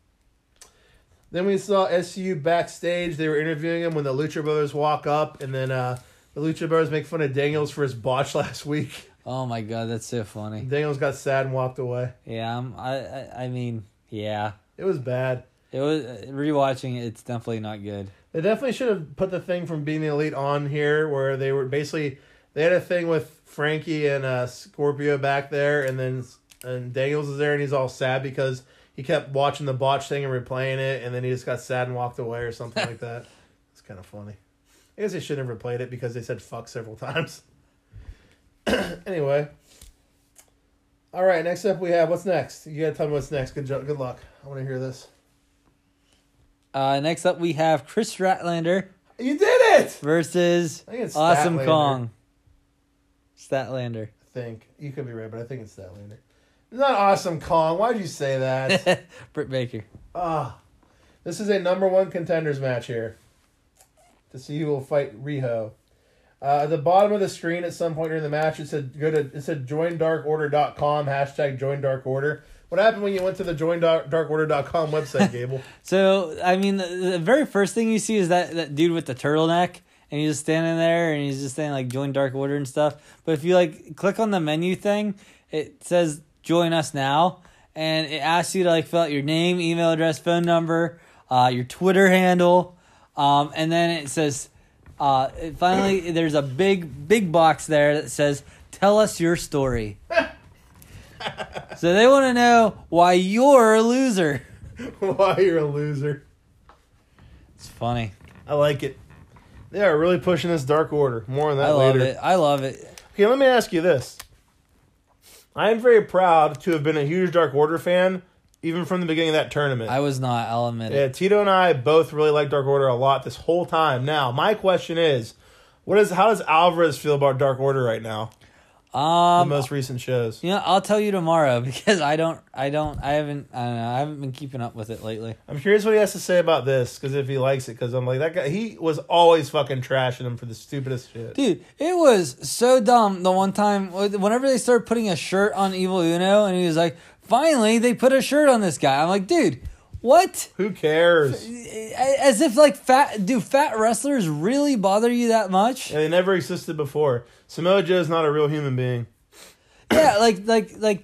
C: Then we saw SU backstage. They were interviewing him when the Lucha Brothers walk up, and then uh, the Lucha Brothers make fun of Daniels for his botch <laughs> last week.
A: oh my god, that's so funny.
C: Daniels got sad and walked away.
A: Yeah, I'm, I, I I mean, yeah.
C: It was bad.
A: It was rewatching it, it's definitely not good.
C: They definitely should have put the thing from being the elite on here, where they were basically they had a thing with Frankie and uh, Scorpio back there, and then and Daniels is there, and he's all sad because he kept watching the botch thing and replaying it, and then he just got sad and walked away or something like that. It's kind of funny. I guess they shouldn't have replayed it because they said fuck several times. <coughs> anyway, all right. Next up, we have what's next. You gotta tell me what's next. Good job. Good luck. I want to hear this.
A: Uh, next up we have Chris Ratlander
C: You did it.
A: versus
C: I think it's
A: Awesome
C: Statlander.
A: Kong. Statlander.
C: think you could be right, but I think it's that later. Not awesome, Kong. Why'd you say that?
A: <laughs> Britt Baker.
C: Ah, this is a number one contenders match here. To see who will fight Riho. Uh, at the bottom of the screen, at some point during the match, it said go to it said joindarkorder.com hashtag joindarkorder. What happened when you went to the joindarkorder.com website,
A: <laughs>
C: Gable? <laughs>
A: So I mean, the, the very first thing you see is that that dude with the turtleneck, and he's just standing there, and he's just saying like "Join Dark Order" and stuff. But if you like click on the menu thing, it says "Join us now," and it asks you to like fill out your name, email address, phone number, uh, your Twitter handle, um, and then it says. Uh, it finally, there's a big, big box there that says, "Tell us your story." so they want to know why you're a loser.
C: Why you're a loser?
A: It's funny.
C: I like it. They are really pushing this Dark Order. More on that
A: I love
C: later.
A: it. I love it.
C: Okay, let me ask you this. I am very proud to have been a huge Dark Order fan, even from the beginning of that tournament.
A: I was not. I'll admit
C: Yeah,
A: it.
C: Tito and I both really like Dark Order a lot this whole time. Now, my question is, what is how does Alvarez feel about Dark Order right now? The
A: Um,
C: most recent shows.
A: you know, I'll tell you tomorrow <laughs> because I don't. I don't. I haven't. I don't know. I haven't been keeping up with it lately.
C: I'm curious what he has to say about this because if he likes it, because I'm like that guy. He was always fucking trashing him for the stupidest shit.
A: Dude, it was so dumb the one time. Whenever they started putting a shirt on Evil Uno, and he was like, "Finally, they put a shirt on this guy." I'm like, dude, what?
C: Who cares? And
A: As if like fat. Do fat wrestlers really bother you that much?
C: they never existed before. Samoa Joe's not a real human being.
A: yeah like like like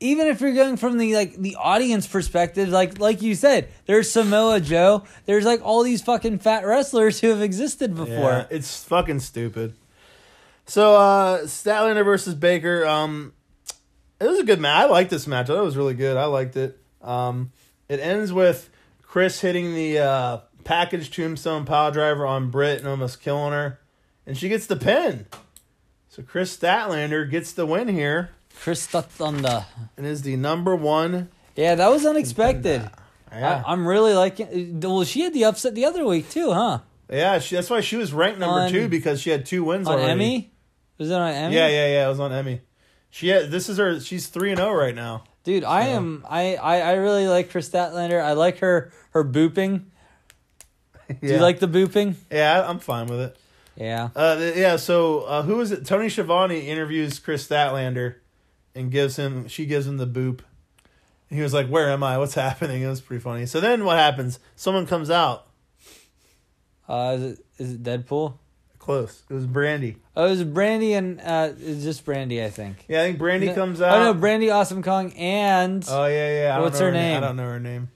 A: even if you're going from the like the audience perspective like like you said there's samoa joe there's like all these fucking fat wrestlers who have existed before
C: Yeah, it's fucking stupid. So uh Statlander versus Baker, um it was a good match. I liked this match. I thought it was really good. I liked it. Um it ends with Chris hitting the uh package tombstone pile driver on Britt and almost killing her. And she gets the pin. So Chris Statlander gets the win here
A: chris Thunder.
C: and is the number one.
A: yeah that was unexpected
C: Yeah.
A: I, i'm really liking well she had the upset the other week too huh
C: yeah, she, that's why she was ranked number
A: On-
C: two because she had two wins
A: on
C: already.
A: emmy was it on emmy
C: Yeah, yeah, yeah. It was on Emmy. She had, this is her. She's three and zero right now.
A: dude i am I, I i really like chris statlander i like her her booping do you like the booping
C: Yeah, I- I'm fine with it.
A: yeah
C: Uh, th- yeah. So uh, who is it? Tony Schiavone interviews Chris Statlander, and gives him. She gives him the boop. And he was like, "Where am I? What's <laughs> happening?" It was pretty funny. So then what happens? Someone comes out.
A: uh is it, is it deadpool
C: Close. It was Brandy.
A: Oh, it was Brandy and uh, it's just Brandy, I think.
C: Yeah, I think Brandy
A: No-
C: comes out.
A: Oh no, Brandy Awesome Kong and
C: Oh yeah, yeah. I don't
A: What's
C: know
A: her
C: I
A: name?
C: don't know her name.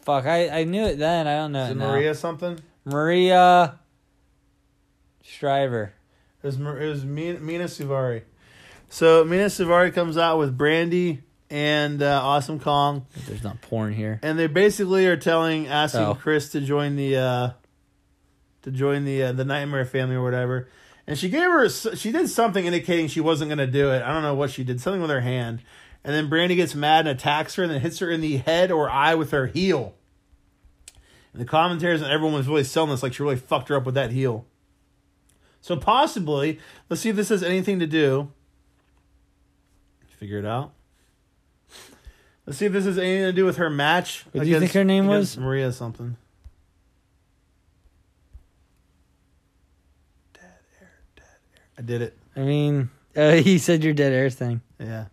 A: fuck, I, I knew it then. I don't know
C: Is
A: it
C: it
A: now.
C: Maria something? It
A: Maria Shriver.
C: was Mar- it was Mina, Mina Suvari. So Mina Suvari comes out with Brandy and uh, Awesome Kong.
A: There's not porn here.
C: and they basically are telling asking
A: Oh.
C: Chris to join the uh to join the uh, the nightmare family or whatever. And she gave her s- she did something indicating she wasn't going to do it. I don't know what she did. Something with her hand. And then Brandy gets mad and attacks her and then hits her in the head or eye with her heel. And the commentators and everyone was really selling this like she really fucked her up with that heel. So possibly, let's see if this has anything to do. Figure it out. Let's see if this has anything to do with her match.
A: What do you think her name
C: against
A: was?
C: Maria something. Dead air, dead air. I did it.
A: I mean, uh, <laughs> he said your dead air thing.
C: Yeah.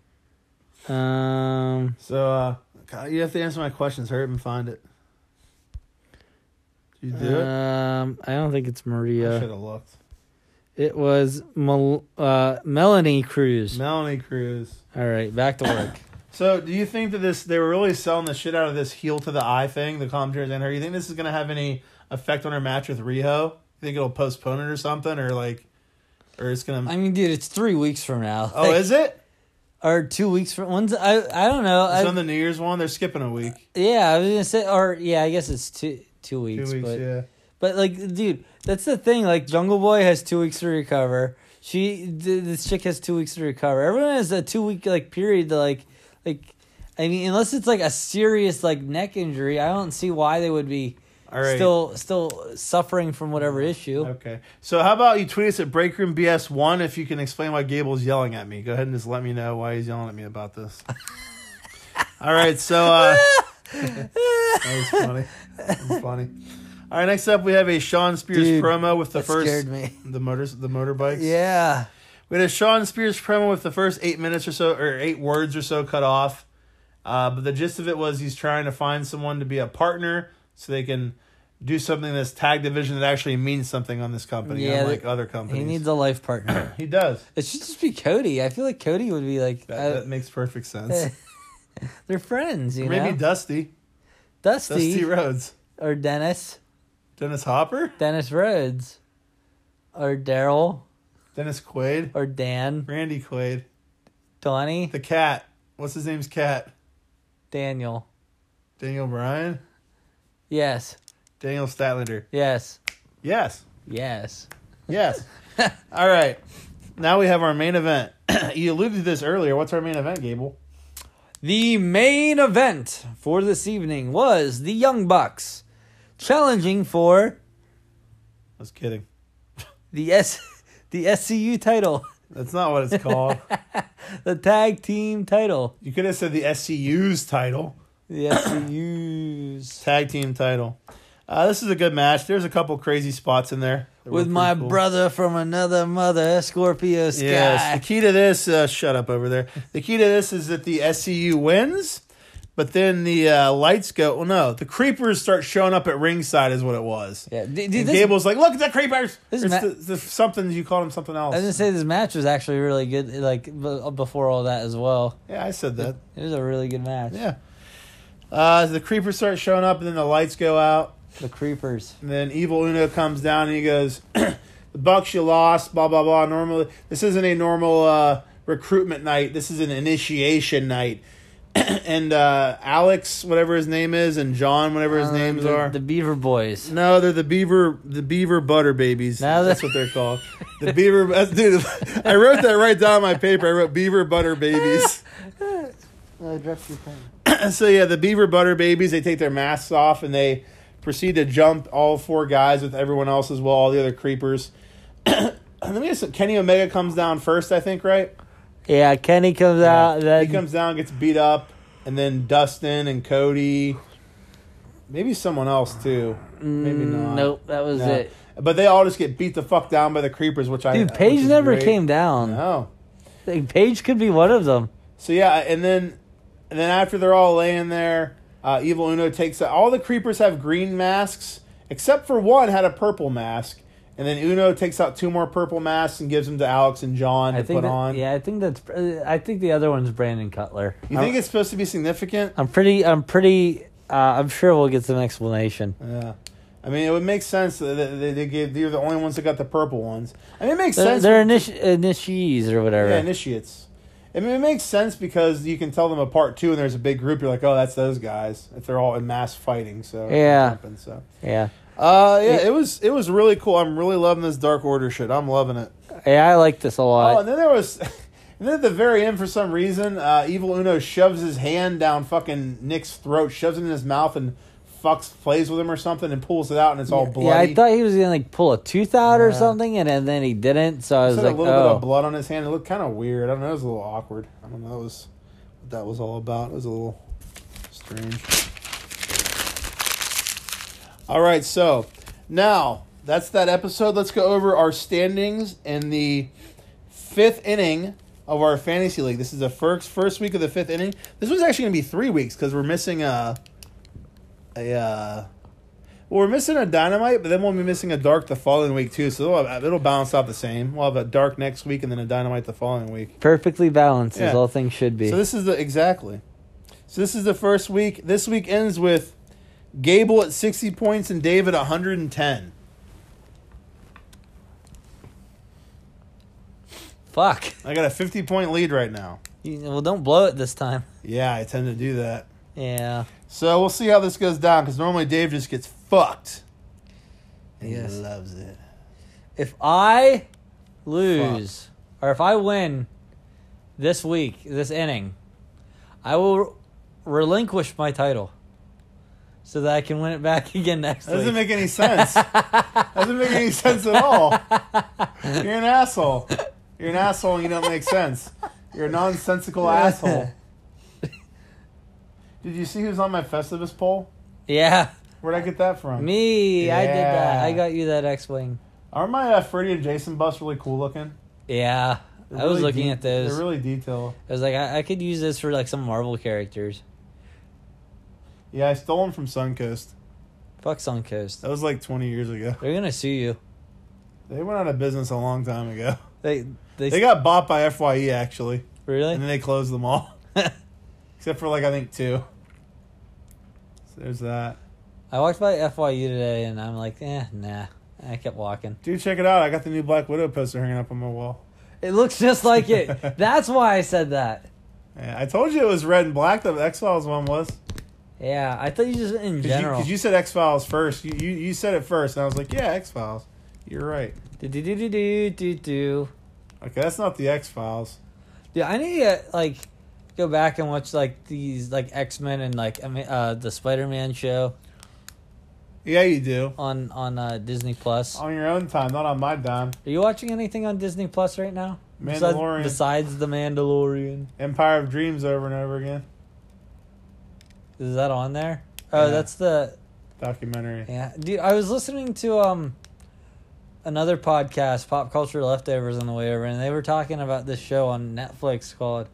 A: Um,
C: So uh, God, you have to answer my questions. Hurry up and find it. Did you do it?
A: um, I don't think it's
C: I should
A: Maria.
C: have looked.
A: It was Mel- uh, Melanie Cruz.
C: Melanie Cruz.
A: All right, back to
C: <coughs>
A: work.
C: So, do you think that this they were really selling the shit out of this heel to the eye thing, the commentators and her? You think this is going to have any effect on her match with Riho? You think it'll postpone it or something, or like, or it's going to?
A: I mean, dude, it's three weeks from now.
C: Oh, is it?
A: or two weeks from? When's I? I don't know.
C: It's
A: I-
C: on the New Year's one. They're skipping a week,
A: Yeah, I was gonna say, or yeah, I guess it's two two
C: two
A: weeks,
C: weeks.
A: but
C: yeah,
A: but like, dude, that's the thing. Like, Jungle Boy has two weeks to recover. She, th- this chick has two weeks to recover. Everyone has a two week like period to like, like, I mean, unless it's like a serious like neck injury, I don't see why they would be
C: All right.
A: still still suffering from whatever issue.
C: Okay. So how about you tweet us at Breakroom BS One if you can explain why Gable's yelling at me. Go ahead and just let me know why he's yelling at me about
A: <laughs>
C: this. All right. So uh, that was funny. That was funny. All right. Next up, we have a Sean Spears
A: Dude,
C: promo with the
A: that
C: first
A: scared me.
C: the motors the motorbikes.
A: <laughs> Yeah.
C: We had a Sean Spears promo with the first eight minutes or so, or eight words or so cut off. Uh, but the gist of it was he's trying to find someone to be a partner so they can do something that's tag division that actually means something on this company,
A: Yeah,
C: unlike
A: they-
C: other
A: He
C: companies.
A: needs a
C: <coughs>
A: life partner.
C: He does.
A: it should just be Cody. I feel like Cody would be like
C: That,
A: uh,
C: that makes perfect sense.
A: they're friends, you
C: Maybe
A: know.
C: Dusty.
A: Dusty,
C: Dusty Rhodes.
A: or Dennis,
C: Dennis Hopper?
A: Dennis Rhodes, or Daryl,
C: Dennis Quaid?
A: or Dan,
C: Randy Quaid.
A: Donnie,
C: The cat. What's his name's cat?
A: Daniel.
C: Daniel Bryan?
A: Yes.
C: Daniel Statlander.
A: Yes.
C: Yes.
A: Yes. <laughs>
C: Yes. All right. Now we have our main event. <clears throat> you alluded to this earlier. What's our main event, Gable?
A: The main event for this evening was the Young Bucks challenging for
C: I was kidding.
A: the S <laughs> the SCU title, <laughs>
C: That's not what it's called.
A: the tag team title,
C: you could have said the SCU's title, <coughs>
A: the SCU's
C: tag team title. Uh, this is a good match. There's a couple crazy spots in there. that were
A: with
C: pretty
A: my
C: cool.
A: brother from another mother, Scorpio Sky.
C: Yes. The key to this, uh, shut up over there. The key to this is that the SCU wins, but then the uh, lights go. Well, no, the creepers start showing up at ringside, is what it was.
A: Yeah, d- dude,
C: And
A: this-
C: Gable's like, look at the creepers.
A: This
C: It's
A: ma-
C: the, the something you called him something else.
A: I was gonna say this match was actually really good. Like b- uh, before all that as well,
C: Yeah, I said that.
A: it was a really good match.
C: Yeah. Uh, the creepers start showing up, and then the lights go out.
A: The Creepers.
C: And then Evil Uno comes down, and he goes, <clears throat> "The Bucks, you lost." Blah blah blah. Normally, this isn't a normal uh, recruitment night. This is an initiation night. <clears throat> and uh, Alex, whatever his name is, and John, whatever his
A: Uh,
C: names
A: the-
C: are.
A: the Beaver Boys.
C: no, they're the beaver, the beaver butter babies.
A: Now
C: that's
A: that-
C: what they're
A: <laughs>
C: called. The beaver, that's- dude. <laughs> I wrote that right down on my paper. I wrote beaver butter
A: <laughs>
C: babies. so yeah, the beaver butter babies, they take their masks off and they proceed to jump all four guys with everyone else as well, all the other creepers. <clears throat> and then we have some, Kenny Omega comes down first, I think, right?
A: Yeah, Kenny comes out. Uh, Then
C: he comes down, gets beat up, and then Dustin and Cody, maybe someone else too, maybe not.
A: Mm, Nope, that was
C: No.
A: it.
C: But they all just get beat the fuck down by the creepers, which I
A: Dude,
C: which
A: Paige
C: is
A: never
C: great.
A: came down.
C: No.
A: Like, Paige could be one of them.
C: So yeah, and then and then after they're all laying there, uh, Evil Uno takes all the creepers have green masks except for one had a purple mask, and then Uno takes out two more purple masks and gives them to Alex and John
A: I
C: to
A: think.
C: put
A: that-
C: on.
A: Yeah, I think that's. uh, I think the other one's Brandon Cutler.
C: You think it's supposed to be significant?
A: I'm pretty. I'm pretty. Uh, I'm sure we'll get some explanation.
C: Yeah. I mean, it would make sense that they, they- they gave they're the only ones that got the purple ones. I mean, it makes
A: They're,
C: sense.
A: they're initi- initiees or whatever.
C: yeah, initiates. I mean, it makes sense because you can tell them apart too, and there's a big group. You're like, oh, that's those guys. If they're all in mass fighting, so it
A: Yeah.
C: happens, so.
A: yeah,
C: Uh, yeah,
A: It-
C: it was it was really cool. I'm really loving this Dark Order shit. I'm loving it.
A: yeah. I like this a
C: Oh,
A: lot.
C: and then there was, <laughs> and then at the very end, for some reason, uh, Evil Uno shoves his hand down fucking Nick's throat, shoves it in his mouth, and fucks plays with him or something, and pulls it out, and it's Oh, all bloody.
A: yeah, I thought he was gonna like pull a tooth out or
C: Yeah.
A: something, and, and then he didn't. So I was
C: Just had
A: like,
C: a little bit
A: oh,
C: of blood on his hand. It looked kind of weird. I don't know. It was a little awkward. I don't know. It was what that was all about. It was a little strange. All right. So now that's that episode. Let's go over our standings in the fifth inning of our fantasy league. This is the first first week of the fifth inning. This was actually going to be three weeks because we're missing a a. Uh, well, we're missing a dynamite, but then we'll be missing a dark the following week too. So it'll, uh, it'll balance out the same. We'll have a dark next week and then a dynamite the following week.
A: perfectly balanced as
C: Yeah.
A: all things should be.
C: So this is the exactly. So this is the first week. This week ends with Gable at sixty points and Dave at one hundred and ten.
A: Fuck.
C: I got a fifty point lead right now.
A: You, well, don't blow it this time.
C: Yeah, I tend to do that.
A: Yeah.
C: So we'll see how this goes down because normally Dave just gets fucked. And
A: Yes.
C: He loves it.
A: If I lose, or if I win this week, this inning, I will relinquish my title. so that I can win it back <laughs> again next
C: That doesn't
A: week.
C: make any sense. doesn't make any sense at all. You're an asshole. You're an asshole and you don't make sense. You're a nonsensical asshole. Did you see who's on my Festivus poll?
A: yeah,
C: Where'd I get that from?
A: me. I did that.
C: Oh. Yeah.
A: I got you that X-wing.
C: Are my uh, Freddy and Jason buffs really cool looking?
A: Yeah,
C: They're
A: I was
C: really
A: looking
C: de-
A: at those.
C: They're really detailed.
A: I was like, I, I could use this for like some Marvel characters.
C: Yeah, I stole them from Suncoast.
A: Fuck Suncoast.
C: That was like 20 years ago.
A: They're gonna sue you.
C: They went out of business a long time ago.
A: They they,
C: They got bought by FYE actually, and
A: really. <laughs>
C: then <laughs> they closed them all except for like I think two. So there's that.
A: I walked by FYU today and I'm like, eh, nah. I kept walking.
C: Dude, check it out. I got the new Black Widow poster hanging up on my wall.
A: It looks just
C: <laughs>
A: like it. That's why I said that.
C: Yeah, I told you it was red and black. The X Files one was.
A: Yeah, I thought you just in
C: Because you,
A: general.
C: 'cause you said X Files first. You, you you said it first, and I was like, yeah, X Files. You're right.
A: Do do do do do do do.
C: Okay, that's not the X Files.
A: Dude, I need to like go back and watch like these like X Men and like I mean, uh the Spider Man show
C: Yeah, you do.
A: on on uh, Disney Plus. Are
C: On your own time, not on my dime.
A: you watching anything on Disney Plus right now? Besides-
C: Mandalorian.
A: Besides, the Mandalorian,
C: Empire of Dreams over and over again.
A: is that on there? Oh,
C: Yeah.
A: that's the
C: Documentary.
A: yeah. Dude, I was listening to um another podcast, Pop Culture Leftovers, on the way over, and they were talking about this show on Netflix called.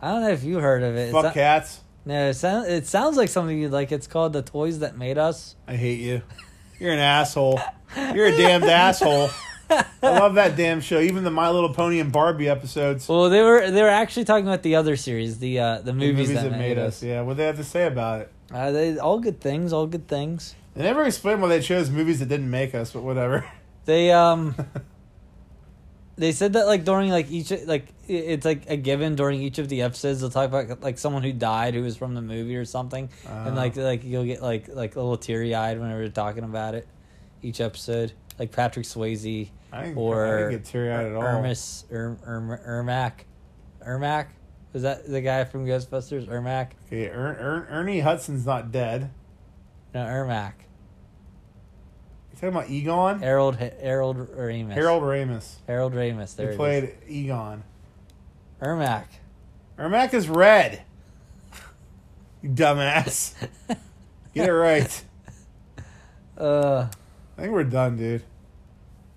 A: I don't know if you heard of it. It's
C: Fuck
A: not-
C: cats.
A: No, it, sound, it sounds like something you'd like. It's called The Toys That Made Us.
C: I hate you. You're an asshole. You're a damned asshole. I love that damn show. Even the My Little Pony and Barbie episodes.
A: Well, they were they were actually talking about the other series, the uh, the
C: The
A: movies, that, made, us.
C: Yeah, what they have to say about it.
A: Uh, they all good things, all good things.
C: They never explain why they chose movies that didn't make us, but whatever.
A: <laughs> They <laughs> um they said that like during like each like i- it's like a given during each of the episodes they'll talk about like someone who died who was from the movie or something,
C: Oh.
A: and like
C: Uh,
A: like you'll get like like a little teary eyed whenever they're talking about it. Each episode, like Patrick Swayze,
C: I didn't, I
A: or
C: didn't get teary eyed at all.
A: Ermis Erm Erm Ermac, Ermac. Is that the guy from Ghostbusters? Ermac,
C: Okay, er, er, Ernie Hudson's not dead.
A: no Ermac.
C: You talking about Egon?
A: Harold Harold Ramis.
C: Harold Ramis.
A: Harold Ramis. There
C: He
A: it
C: played
A: is.
C: Egon.
A: Ermac. <laughs>
C: Ermac is red. <laughs> You dumbass. Get it right.
A: Uh,
C: I think we're done, dude.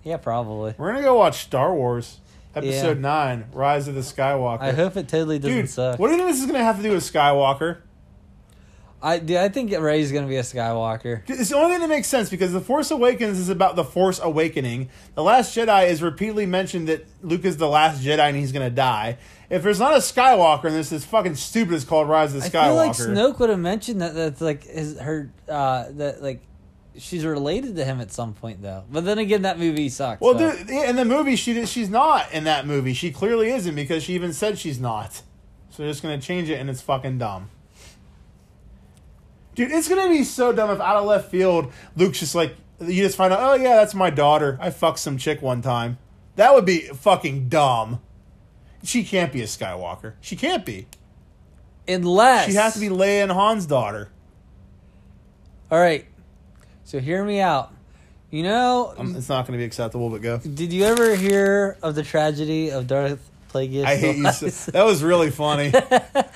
A: yeah, probably.
C: We're gonna go watch Star Wars Episode
A: Yeah.
C: Nine: Rise of the Skywalker.
A: I hope it totally doesn't
C: dude,
A: suck.
C: what do you think this is gonna have to do with Skywalker?
A: I dude, I think Ray's gonna be a Skywalker.
C: It's the only thing that makes sense because The Force Awakens is about the Force Awakening. The Last Jedi is repeatedly mentioned that Luke is the last Jedi and he's gonna die. If there's not a Skywalker and there's this fucking stupid is called Rise of the
A: I
C: Skywalker.
A: feel like Snoke would have mentioned that. That's like his her uh that like she's related to him at some point though. But then again, that movie sucks.
C: well,
A: so.
C: dude, in the movie she did- she's not in that movie. She clearly isn't because she even said she's not. So they're just gonna change it and it's fucking dumb. Dude, it's gonna be so dumb if out of left field, Luke's just like you just find out. Oh yeah, that's my daughter. I fucked some chick one time. That would be fucking dumb. She can't be a Skywalker. She can't be.
A: unless
C: She has to be Leia and Han's daughter.
A: All right. So hear me out. You know,
C: Um, it's not gonna be acceptable, but go.
A: did you ever hear of the tragedy of Darth Plagueis?
C: I hate you. So, that was really funny. that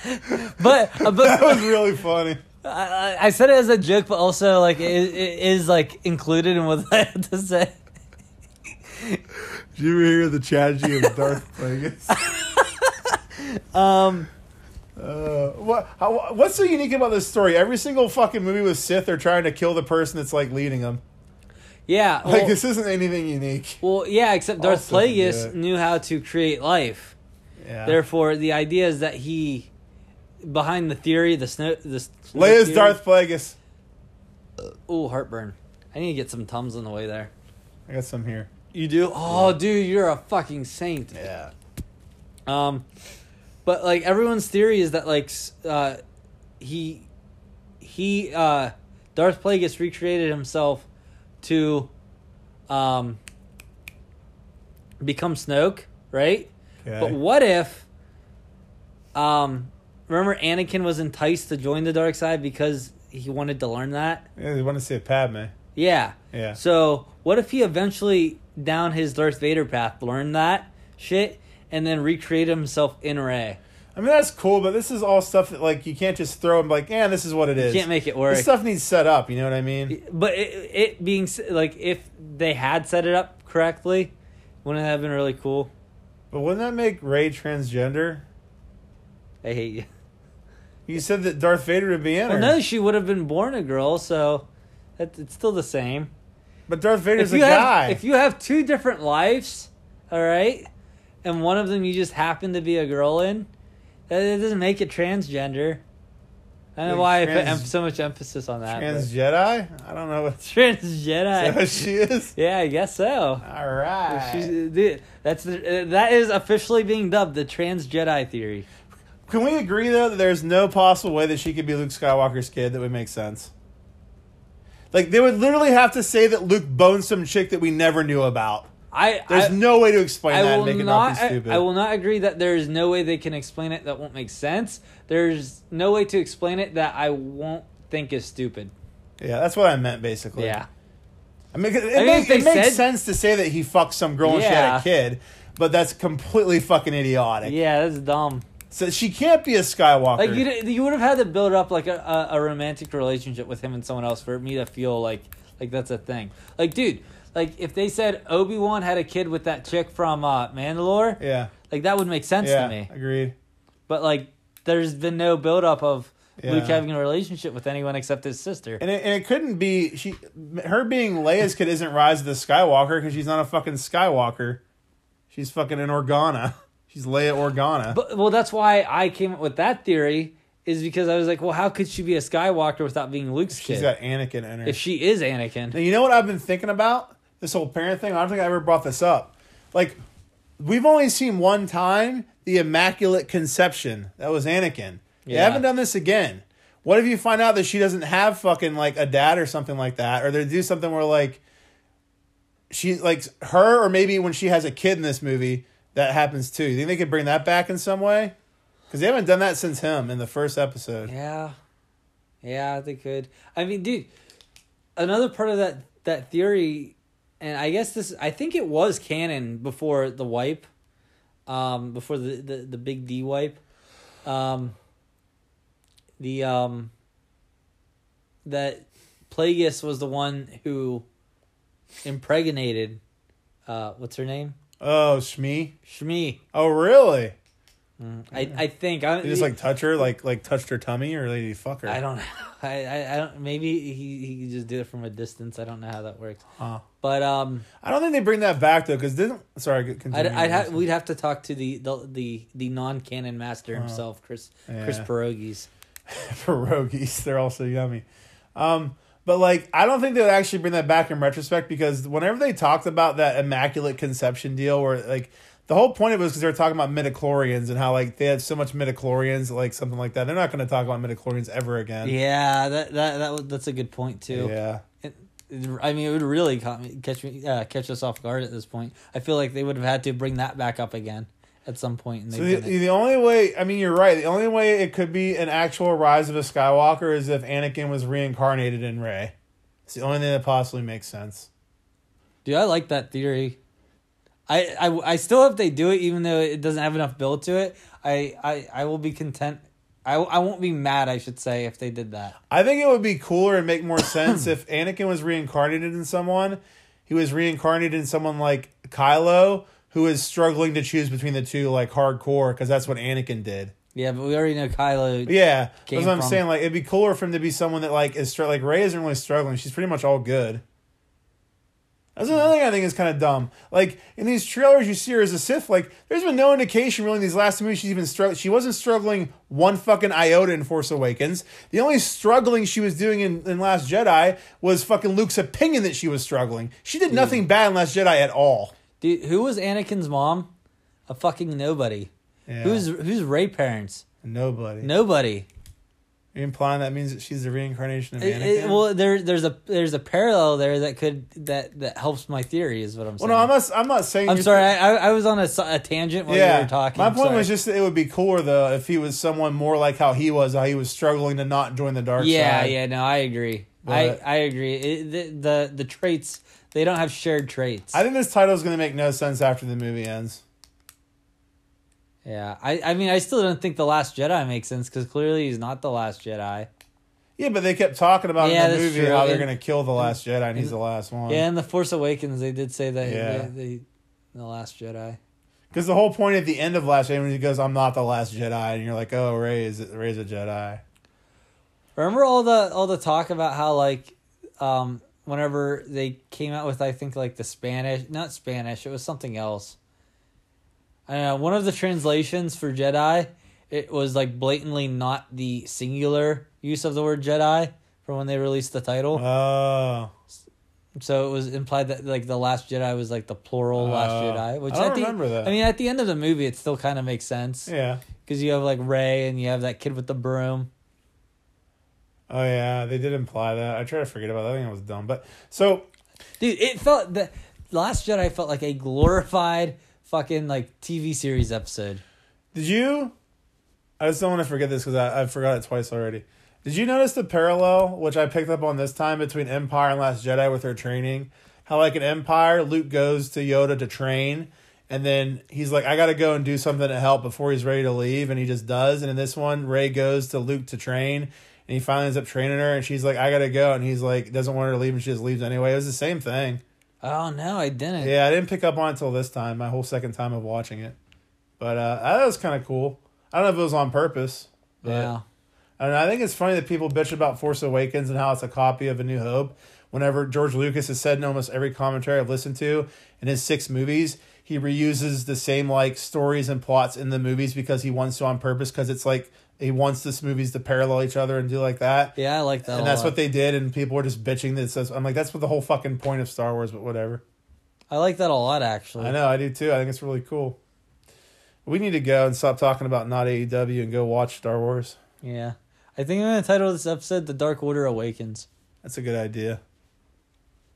A: <laughs> but
C: <laughs>
A: uh,
C: was
A: but
C: really funny.
A: I- I, I said it as a joke, but also like it, it is like included in what <laughs> I had to say.
C: Did you hear the tragedy of
A: <laughs>
C: Darth Plagueis?
A: Um,
C: Uh, what, how, what's so unique about this story? Every single fucking movie with Sith, they're trying to kill the person that's like leading them.
A: yeah.
C: Like
A: well-
C: this isn't anything unique.
A: Well, yeah, except Darth
C: Also, yeah.
A: Plagueis knew how to create life.
C: Yeah.
A: Therefore, the idea is that he, behind the theory, the snow, the s- snow
C: Leia's
A: theory-
C: Darth Plagueis.
A: Ooh, heartburn. I need to get some tums on the way there.
C: I got some here.
A: You do? Oh, dude, you're a fucking saint.
C: Yeah.
A: Um, but like everyone's theory is that like s- uh, he he uh, Darth Plagueis recreated himself to um become Snoke, right?
C: Okay.
A: But what if um remember Anakin was enticed to join the dark side because he wanted to learn that?
C: Yeah, they want to see a Padme.
A: Yeah.
C: Yeah.
A: So what if he eventually down his Darth Vader path learned that shit and then recreated himself in Ray?
C: I mean that's cool, but this is all stuff that like you can't just throw and be like, yeah, this is what it is.
A: Can't make it work.
C: this stuff needs set up. You know what I mean?
A: But it, it being s- like if they had set it up correctly, wouldn't it have been really cool?
C: But wouldn't that make Ray transgender?
A: I hate you.
C: You said that Darth Vader would be in
A: Well,
C: her,
A: no, she would have been born a girl, so that, it's still the same.
C: but Darth Vader's a
A: you have,
C: guy.
A: If you have two different lives, all right, and one of them you just happen to be a girl in, that it doesn't make it transgender. I don't
C: Like
A: know why I put
C: trans-
A: em- so much emphasis on that.
C: Trans
A: Trans,
C: Jedi? I don't know what she,
A: <laughs> trans
C: is that
A: Jedi.
C: what <laughs> she is.
A: yeah, I guess so.
C: All right.
A: She's, dude, that's the, uh, that is officially being dubbed the trans Jedi theory.
C: Can we agree though that there's no possible way that she could be Luke Skywalker's kid that would make sense? Like they would literally have to say that Luke boned some chick that we never knew about.
A: I
C: There's
A: I,
C: no way to explain
A: I
C: that
A: will
C: and make it
A: not.
C: not be stupid.
A: I, I will not agree that there is no way they can explain it that won't make sense. There's no way to explain it that I won't think is stupid.
C: yeah, that's what I meant basically.
A: Yeah.
C: I mean, 'cause it,
A: I mean,
C: makes,
A: if they
C: it makes
A: said-
C: sense to say that he fucked some girl and she had
A: Yeah.
C: a kid, but that's completely fucking idiotic.
A: Yeah, that's dumb.
C: So she can't be a Skywalker.
A: Like you, you would have had to build up like a, a, a romantic relationship with him and someone else for me to feel like like that's a thing. Like, dude, like if they said Obi Wan had a kid with that chick from uh, Mandalore,
C: yeah,
A: like that would make sense
C: yeah,
A: to me.
C: agreed.
A: But like, there's been no build up of Luke
C: Yeah.
A: having a relationship with anyone except his sister.
C: And it, and it couldn't be she, her being Leia's kid isn't Rise of the Skywalker because she's not a fucking Skywalker. She's fucking an Organa. <laughs> She's Leia Organa.
A: But well, that's why I came up with that theory is because I was like, well, how could she be a Skywalker without being Luke's
C: she's
A: kid?
C: got Anakin in her.
A: if she is Anakin,
C: now you know what I've been thinking about this whole parent thing. I don't think I ever brought this up. Like we've only seen one time the Immaculate Conception. That was Anakin. They
A: Yeah.
C: haven't done this again. What if you find out that she doesn't have fucking like a dad or something like that, or they do something where like she like her or maybe when she has a kid in this movie that happens too. You think they could bring that back in some way? Because they haven't done that since him in the first episode.
A: Yeah. Yeah, they could. I mean, dude, another part of that that theory and I guess this I think it was canon before the wipe. Um before the the, the big D wipe. Um the um that Plagueis was the one who impregnated uh what's her name?
C: Oh, Shmi.
A: Shmi.
C: Oh, really?
A: I I think I
C: They just like touch her, like like touched her tummy, or they fuck her.
A: I don't <laughs> know. I, I, I don't. Maybe he he could just do it from a distance. I don't know how that works.
C: Huh.
A: But um,
C: I don't think they bring that back though, because didn't sorry. go- Continue
A: I'd, I'd ha- we'd have to talk to the the the, the non canon master himself, Chris Chris
C: Oh. Yeah. <laughs>
A: Pierogies.
C: pierogies. They're also yummy. Um, but like, I don't think they would actually bring that back in retrospect because whenever they talked about that immaculate conception deal, where like the whole point of it was because they were talking about midichlorians and how like they had so much midichlorians, like something like that. They're not going to talk about midichlorians ever again.
A: Yeah, that that, that was- that's a good point too.
C: Yeah.
A: It, it- I mean, it would really caught me, catch me uh, catch us off guard at this point. I feel like they would have had to bring that back up again at some point. And they
C: So the,
A: didn't.
C: the only way, I mean, you're right. The only way it could be an actual rise of a Skywalker is if Anakin was reincarnated in Rey. It's the only thing that possibly makes sense.
A: Dude, I like that theory. I, I, I still hope they do it, even though it doesn't have enough build to it. I, I, I will be content. I, I won't be mad, I should say, if they did that.
C: I think it would be cooler and make more sense if Anakin was reincarnated in someone. He was reincarnated in someone like Kylo, who is struggling to choose between the two, like hardcore, because that's what Anakin did.
A: Yeah, but we already know Kylo.
C: Yeah,
A: Came
C: that's what I'm
A: from.
C: saying. Like, it'd be cooler for him to be someone that like is str- like Ray isn't really struggling. She's pretty much all good. That's another thing I think is kind of dumb. Like in these trailers, you see her as a Sith. Like, there's been no indication really in these last two movies she's even struggling. She wasn't struggling one fucking iota in Force Awakens. The only struggling she was doing in, in Last Jedi was fucking Luke's opinion that she was struggling. She did nothing bad in Last Jedi at all.
A: Dude, who was Anakin's mom? A fucking nobody.
C: Yeah.
A: Who's who's Ray parents?
C: nobody?
A: Nobody.
C: Are you implying that means that she's the reincarnation of
A: It-
C: Anakin?
A: it- well, there, there's a there's a parallel there that could that that helps my theory is what I'm
C: Well,
A: saying.
C: no, I'm not. I'm not saying.
A: I'm
C: you're-
A: sorry, I, I I was on a, s- a tangent while you were talking.
C: My
A: I'm
C: point
A: sorry.
C: was just that it would be cooler though if he was someone more like how he was, how he was struggling to not join the dark
A: yeah,
C: side.
A: yeah. No, I agree.
C: But-
A: I I agree. It, the, the the traits they don't have shared traits.
C: I think this title is going to make no sense after the movie ends.
A: yeah, I I mean I still don't think the Last Jedi makes sense because clearly he's not the Last Jedi.
C: Yeah, but they kept talking about
A: Yeah,
C: in the
A: that's
C: movie
A: true.
C: how they're
A: And-
C: going to kill the last Jedi, and he's
A: and-
C: the last one.
A: Yeah, in the Force Awakens they did say that
C: Um, Yeah.
A: they, they, the Last Jedi.
C: Because the whole point at the end of Last Jedi when he goes, "I'm not the last Jedi," and you're like, "Oh, Ray is Ray's a Jedi."
A: Remember all the all the talk about how like um whenever they came out with I think like the Spanish not Spanish, it was something else. I don't know, one of the translations for Jedi, it was like blatantly not the singular use of the word Jedi from when they released the title.
C: Oh,
A: so it was implied that like the last Jedi was like the plural last
C: Oh.
A: Jedi, which
C: I don't
A: at the-
C: remember that.
A: I mean at the end of the movie it still kind of makes sense
C: yeah,
A: cuz you have like Ray and you have that kid with the broom.
C: oh yeah. They did imply that. I try to forget about that. I think it was dumb. But so
A: Dude, it felt the Last Jedi felt like a glorified fucking like TV series episode.
C: Did you? I just don't want to forget this because I, I forgot it twice already. Did you notice the parallel, which I picked up on this time, between Empire and Last Jedi with her training? How, like, in Empire, Luke goes to Yoda to train, and then he's like, I got to go and do something to help before he's ready to leave, and he just does. And in this one, Ray goes to Luke to train, and he finally ends up training her, and she's like, I got to go. And he's like, doesn't want her to leave, and she just leaves anyway. It was the same thing.
A: Oh no, I didn't.
C: Yeah, I didn't pick up on it until this time, my whole second time of watching it. But uh, that was kind of cool. I don't know if it was on purpose. But
A: Yeah.
C: I, don't know, I think it's funny that people bitch about Force Awakens and how it's a copy of A New Hope. Whenever George Lucas has said in almost every commentary I've listened to in his six movies, he reuses the same like stories and plots in the movies because he wants to on purpose because it's like he wants this movies to parallel each other and do like that.
A: Yeah, I like that.
C: and
A: a
C: that's
A: lot.
C: what they did, and people were just bitching that says I'm like, that's what the whole fucking point of Star Wars, but whatever.
A: I like that a lot actually.
C: I know, I do too. I think it's really cool. We need to go and stop talking about not AEW and go watch Star Wars.
A: Yeah. I think I'm gonna title this episode The Dark Order Awakens.
C: That's a good idea.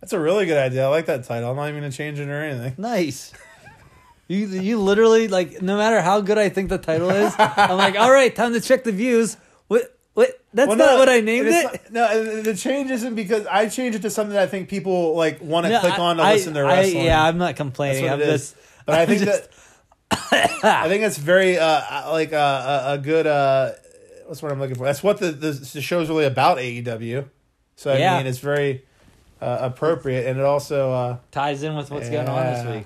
C: That's a really good idea. I like that title. I'm not even gonna change it or
A: <laughs>
C: anything.
A: Nice. You, you literally like no matter how good I think the title is,
C: <laughs>
A: I'm like, all right, time to check the views. What what? That's
C: Well,
A: not
C: no,
A: what I named
C: it's not-
A: it.
C: no, the- the change isn't because I changed it to something that I think people like want to
A: No,
C: click
A: I-
C: on to
A: I-
C: listen to
A: I-
C: wrestling.
A: yeah, I'm not
C: that's
A: complaining.
C: what
A: I'm
C: it is.
A: just,
C: but I think
A: I'm just-
C: that I think that's very uh, like uh, a, a good uh, what's what I'm looking for. That's what the the, the show's really about AEW. So I
A: Yeah.
C: mean, it's very uh, appropriate, and it also. Uh,
A: ties in with what's going on
C: Yeah.
A: this week.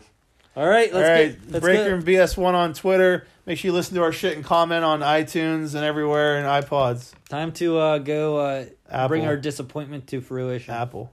A: All right, let's
C: All right,
A: get let's
C: Breaker
A: go.
C: and BS1 on Twitter. Make sure you listen to our shit and comment on iTunes and everywhere and iPods.
A: Time to uh, go uh,
C: Apple.
A: bring our disappointment to fruition.
C: Apple.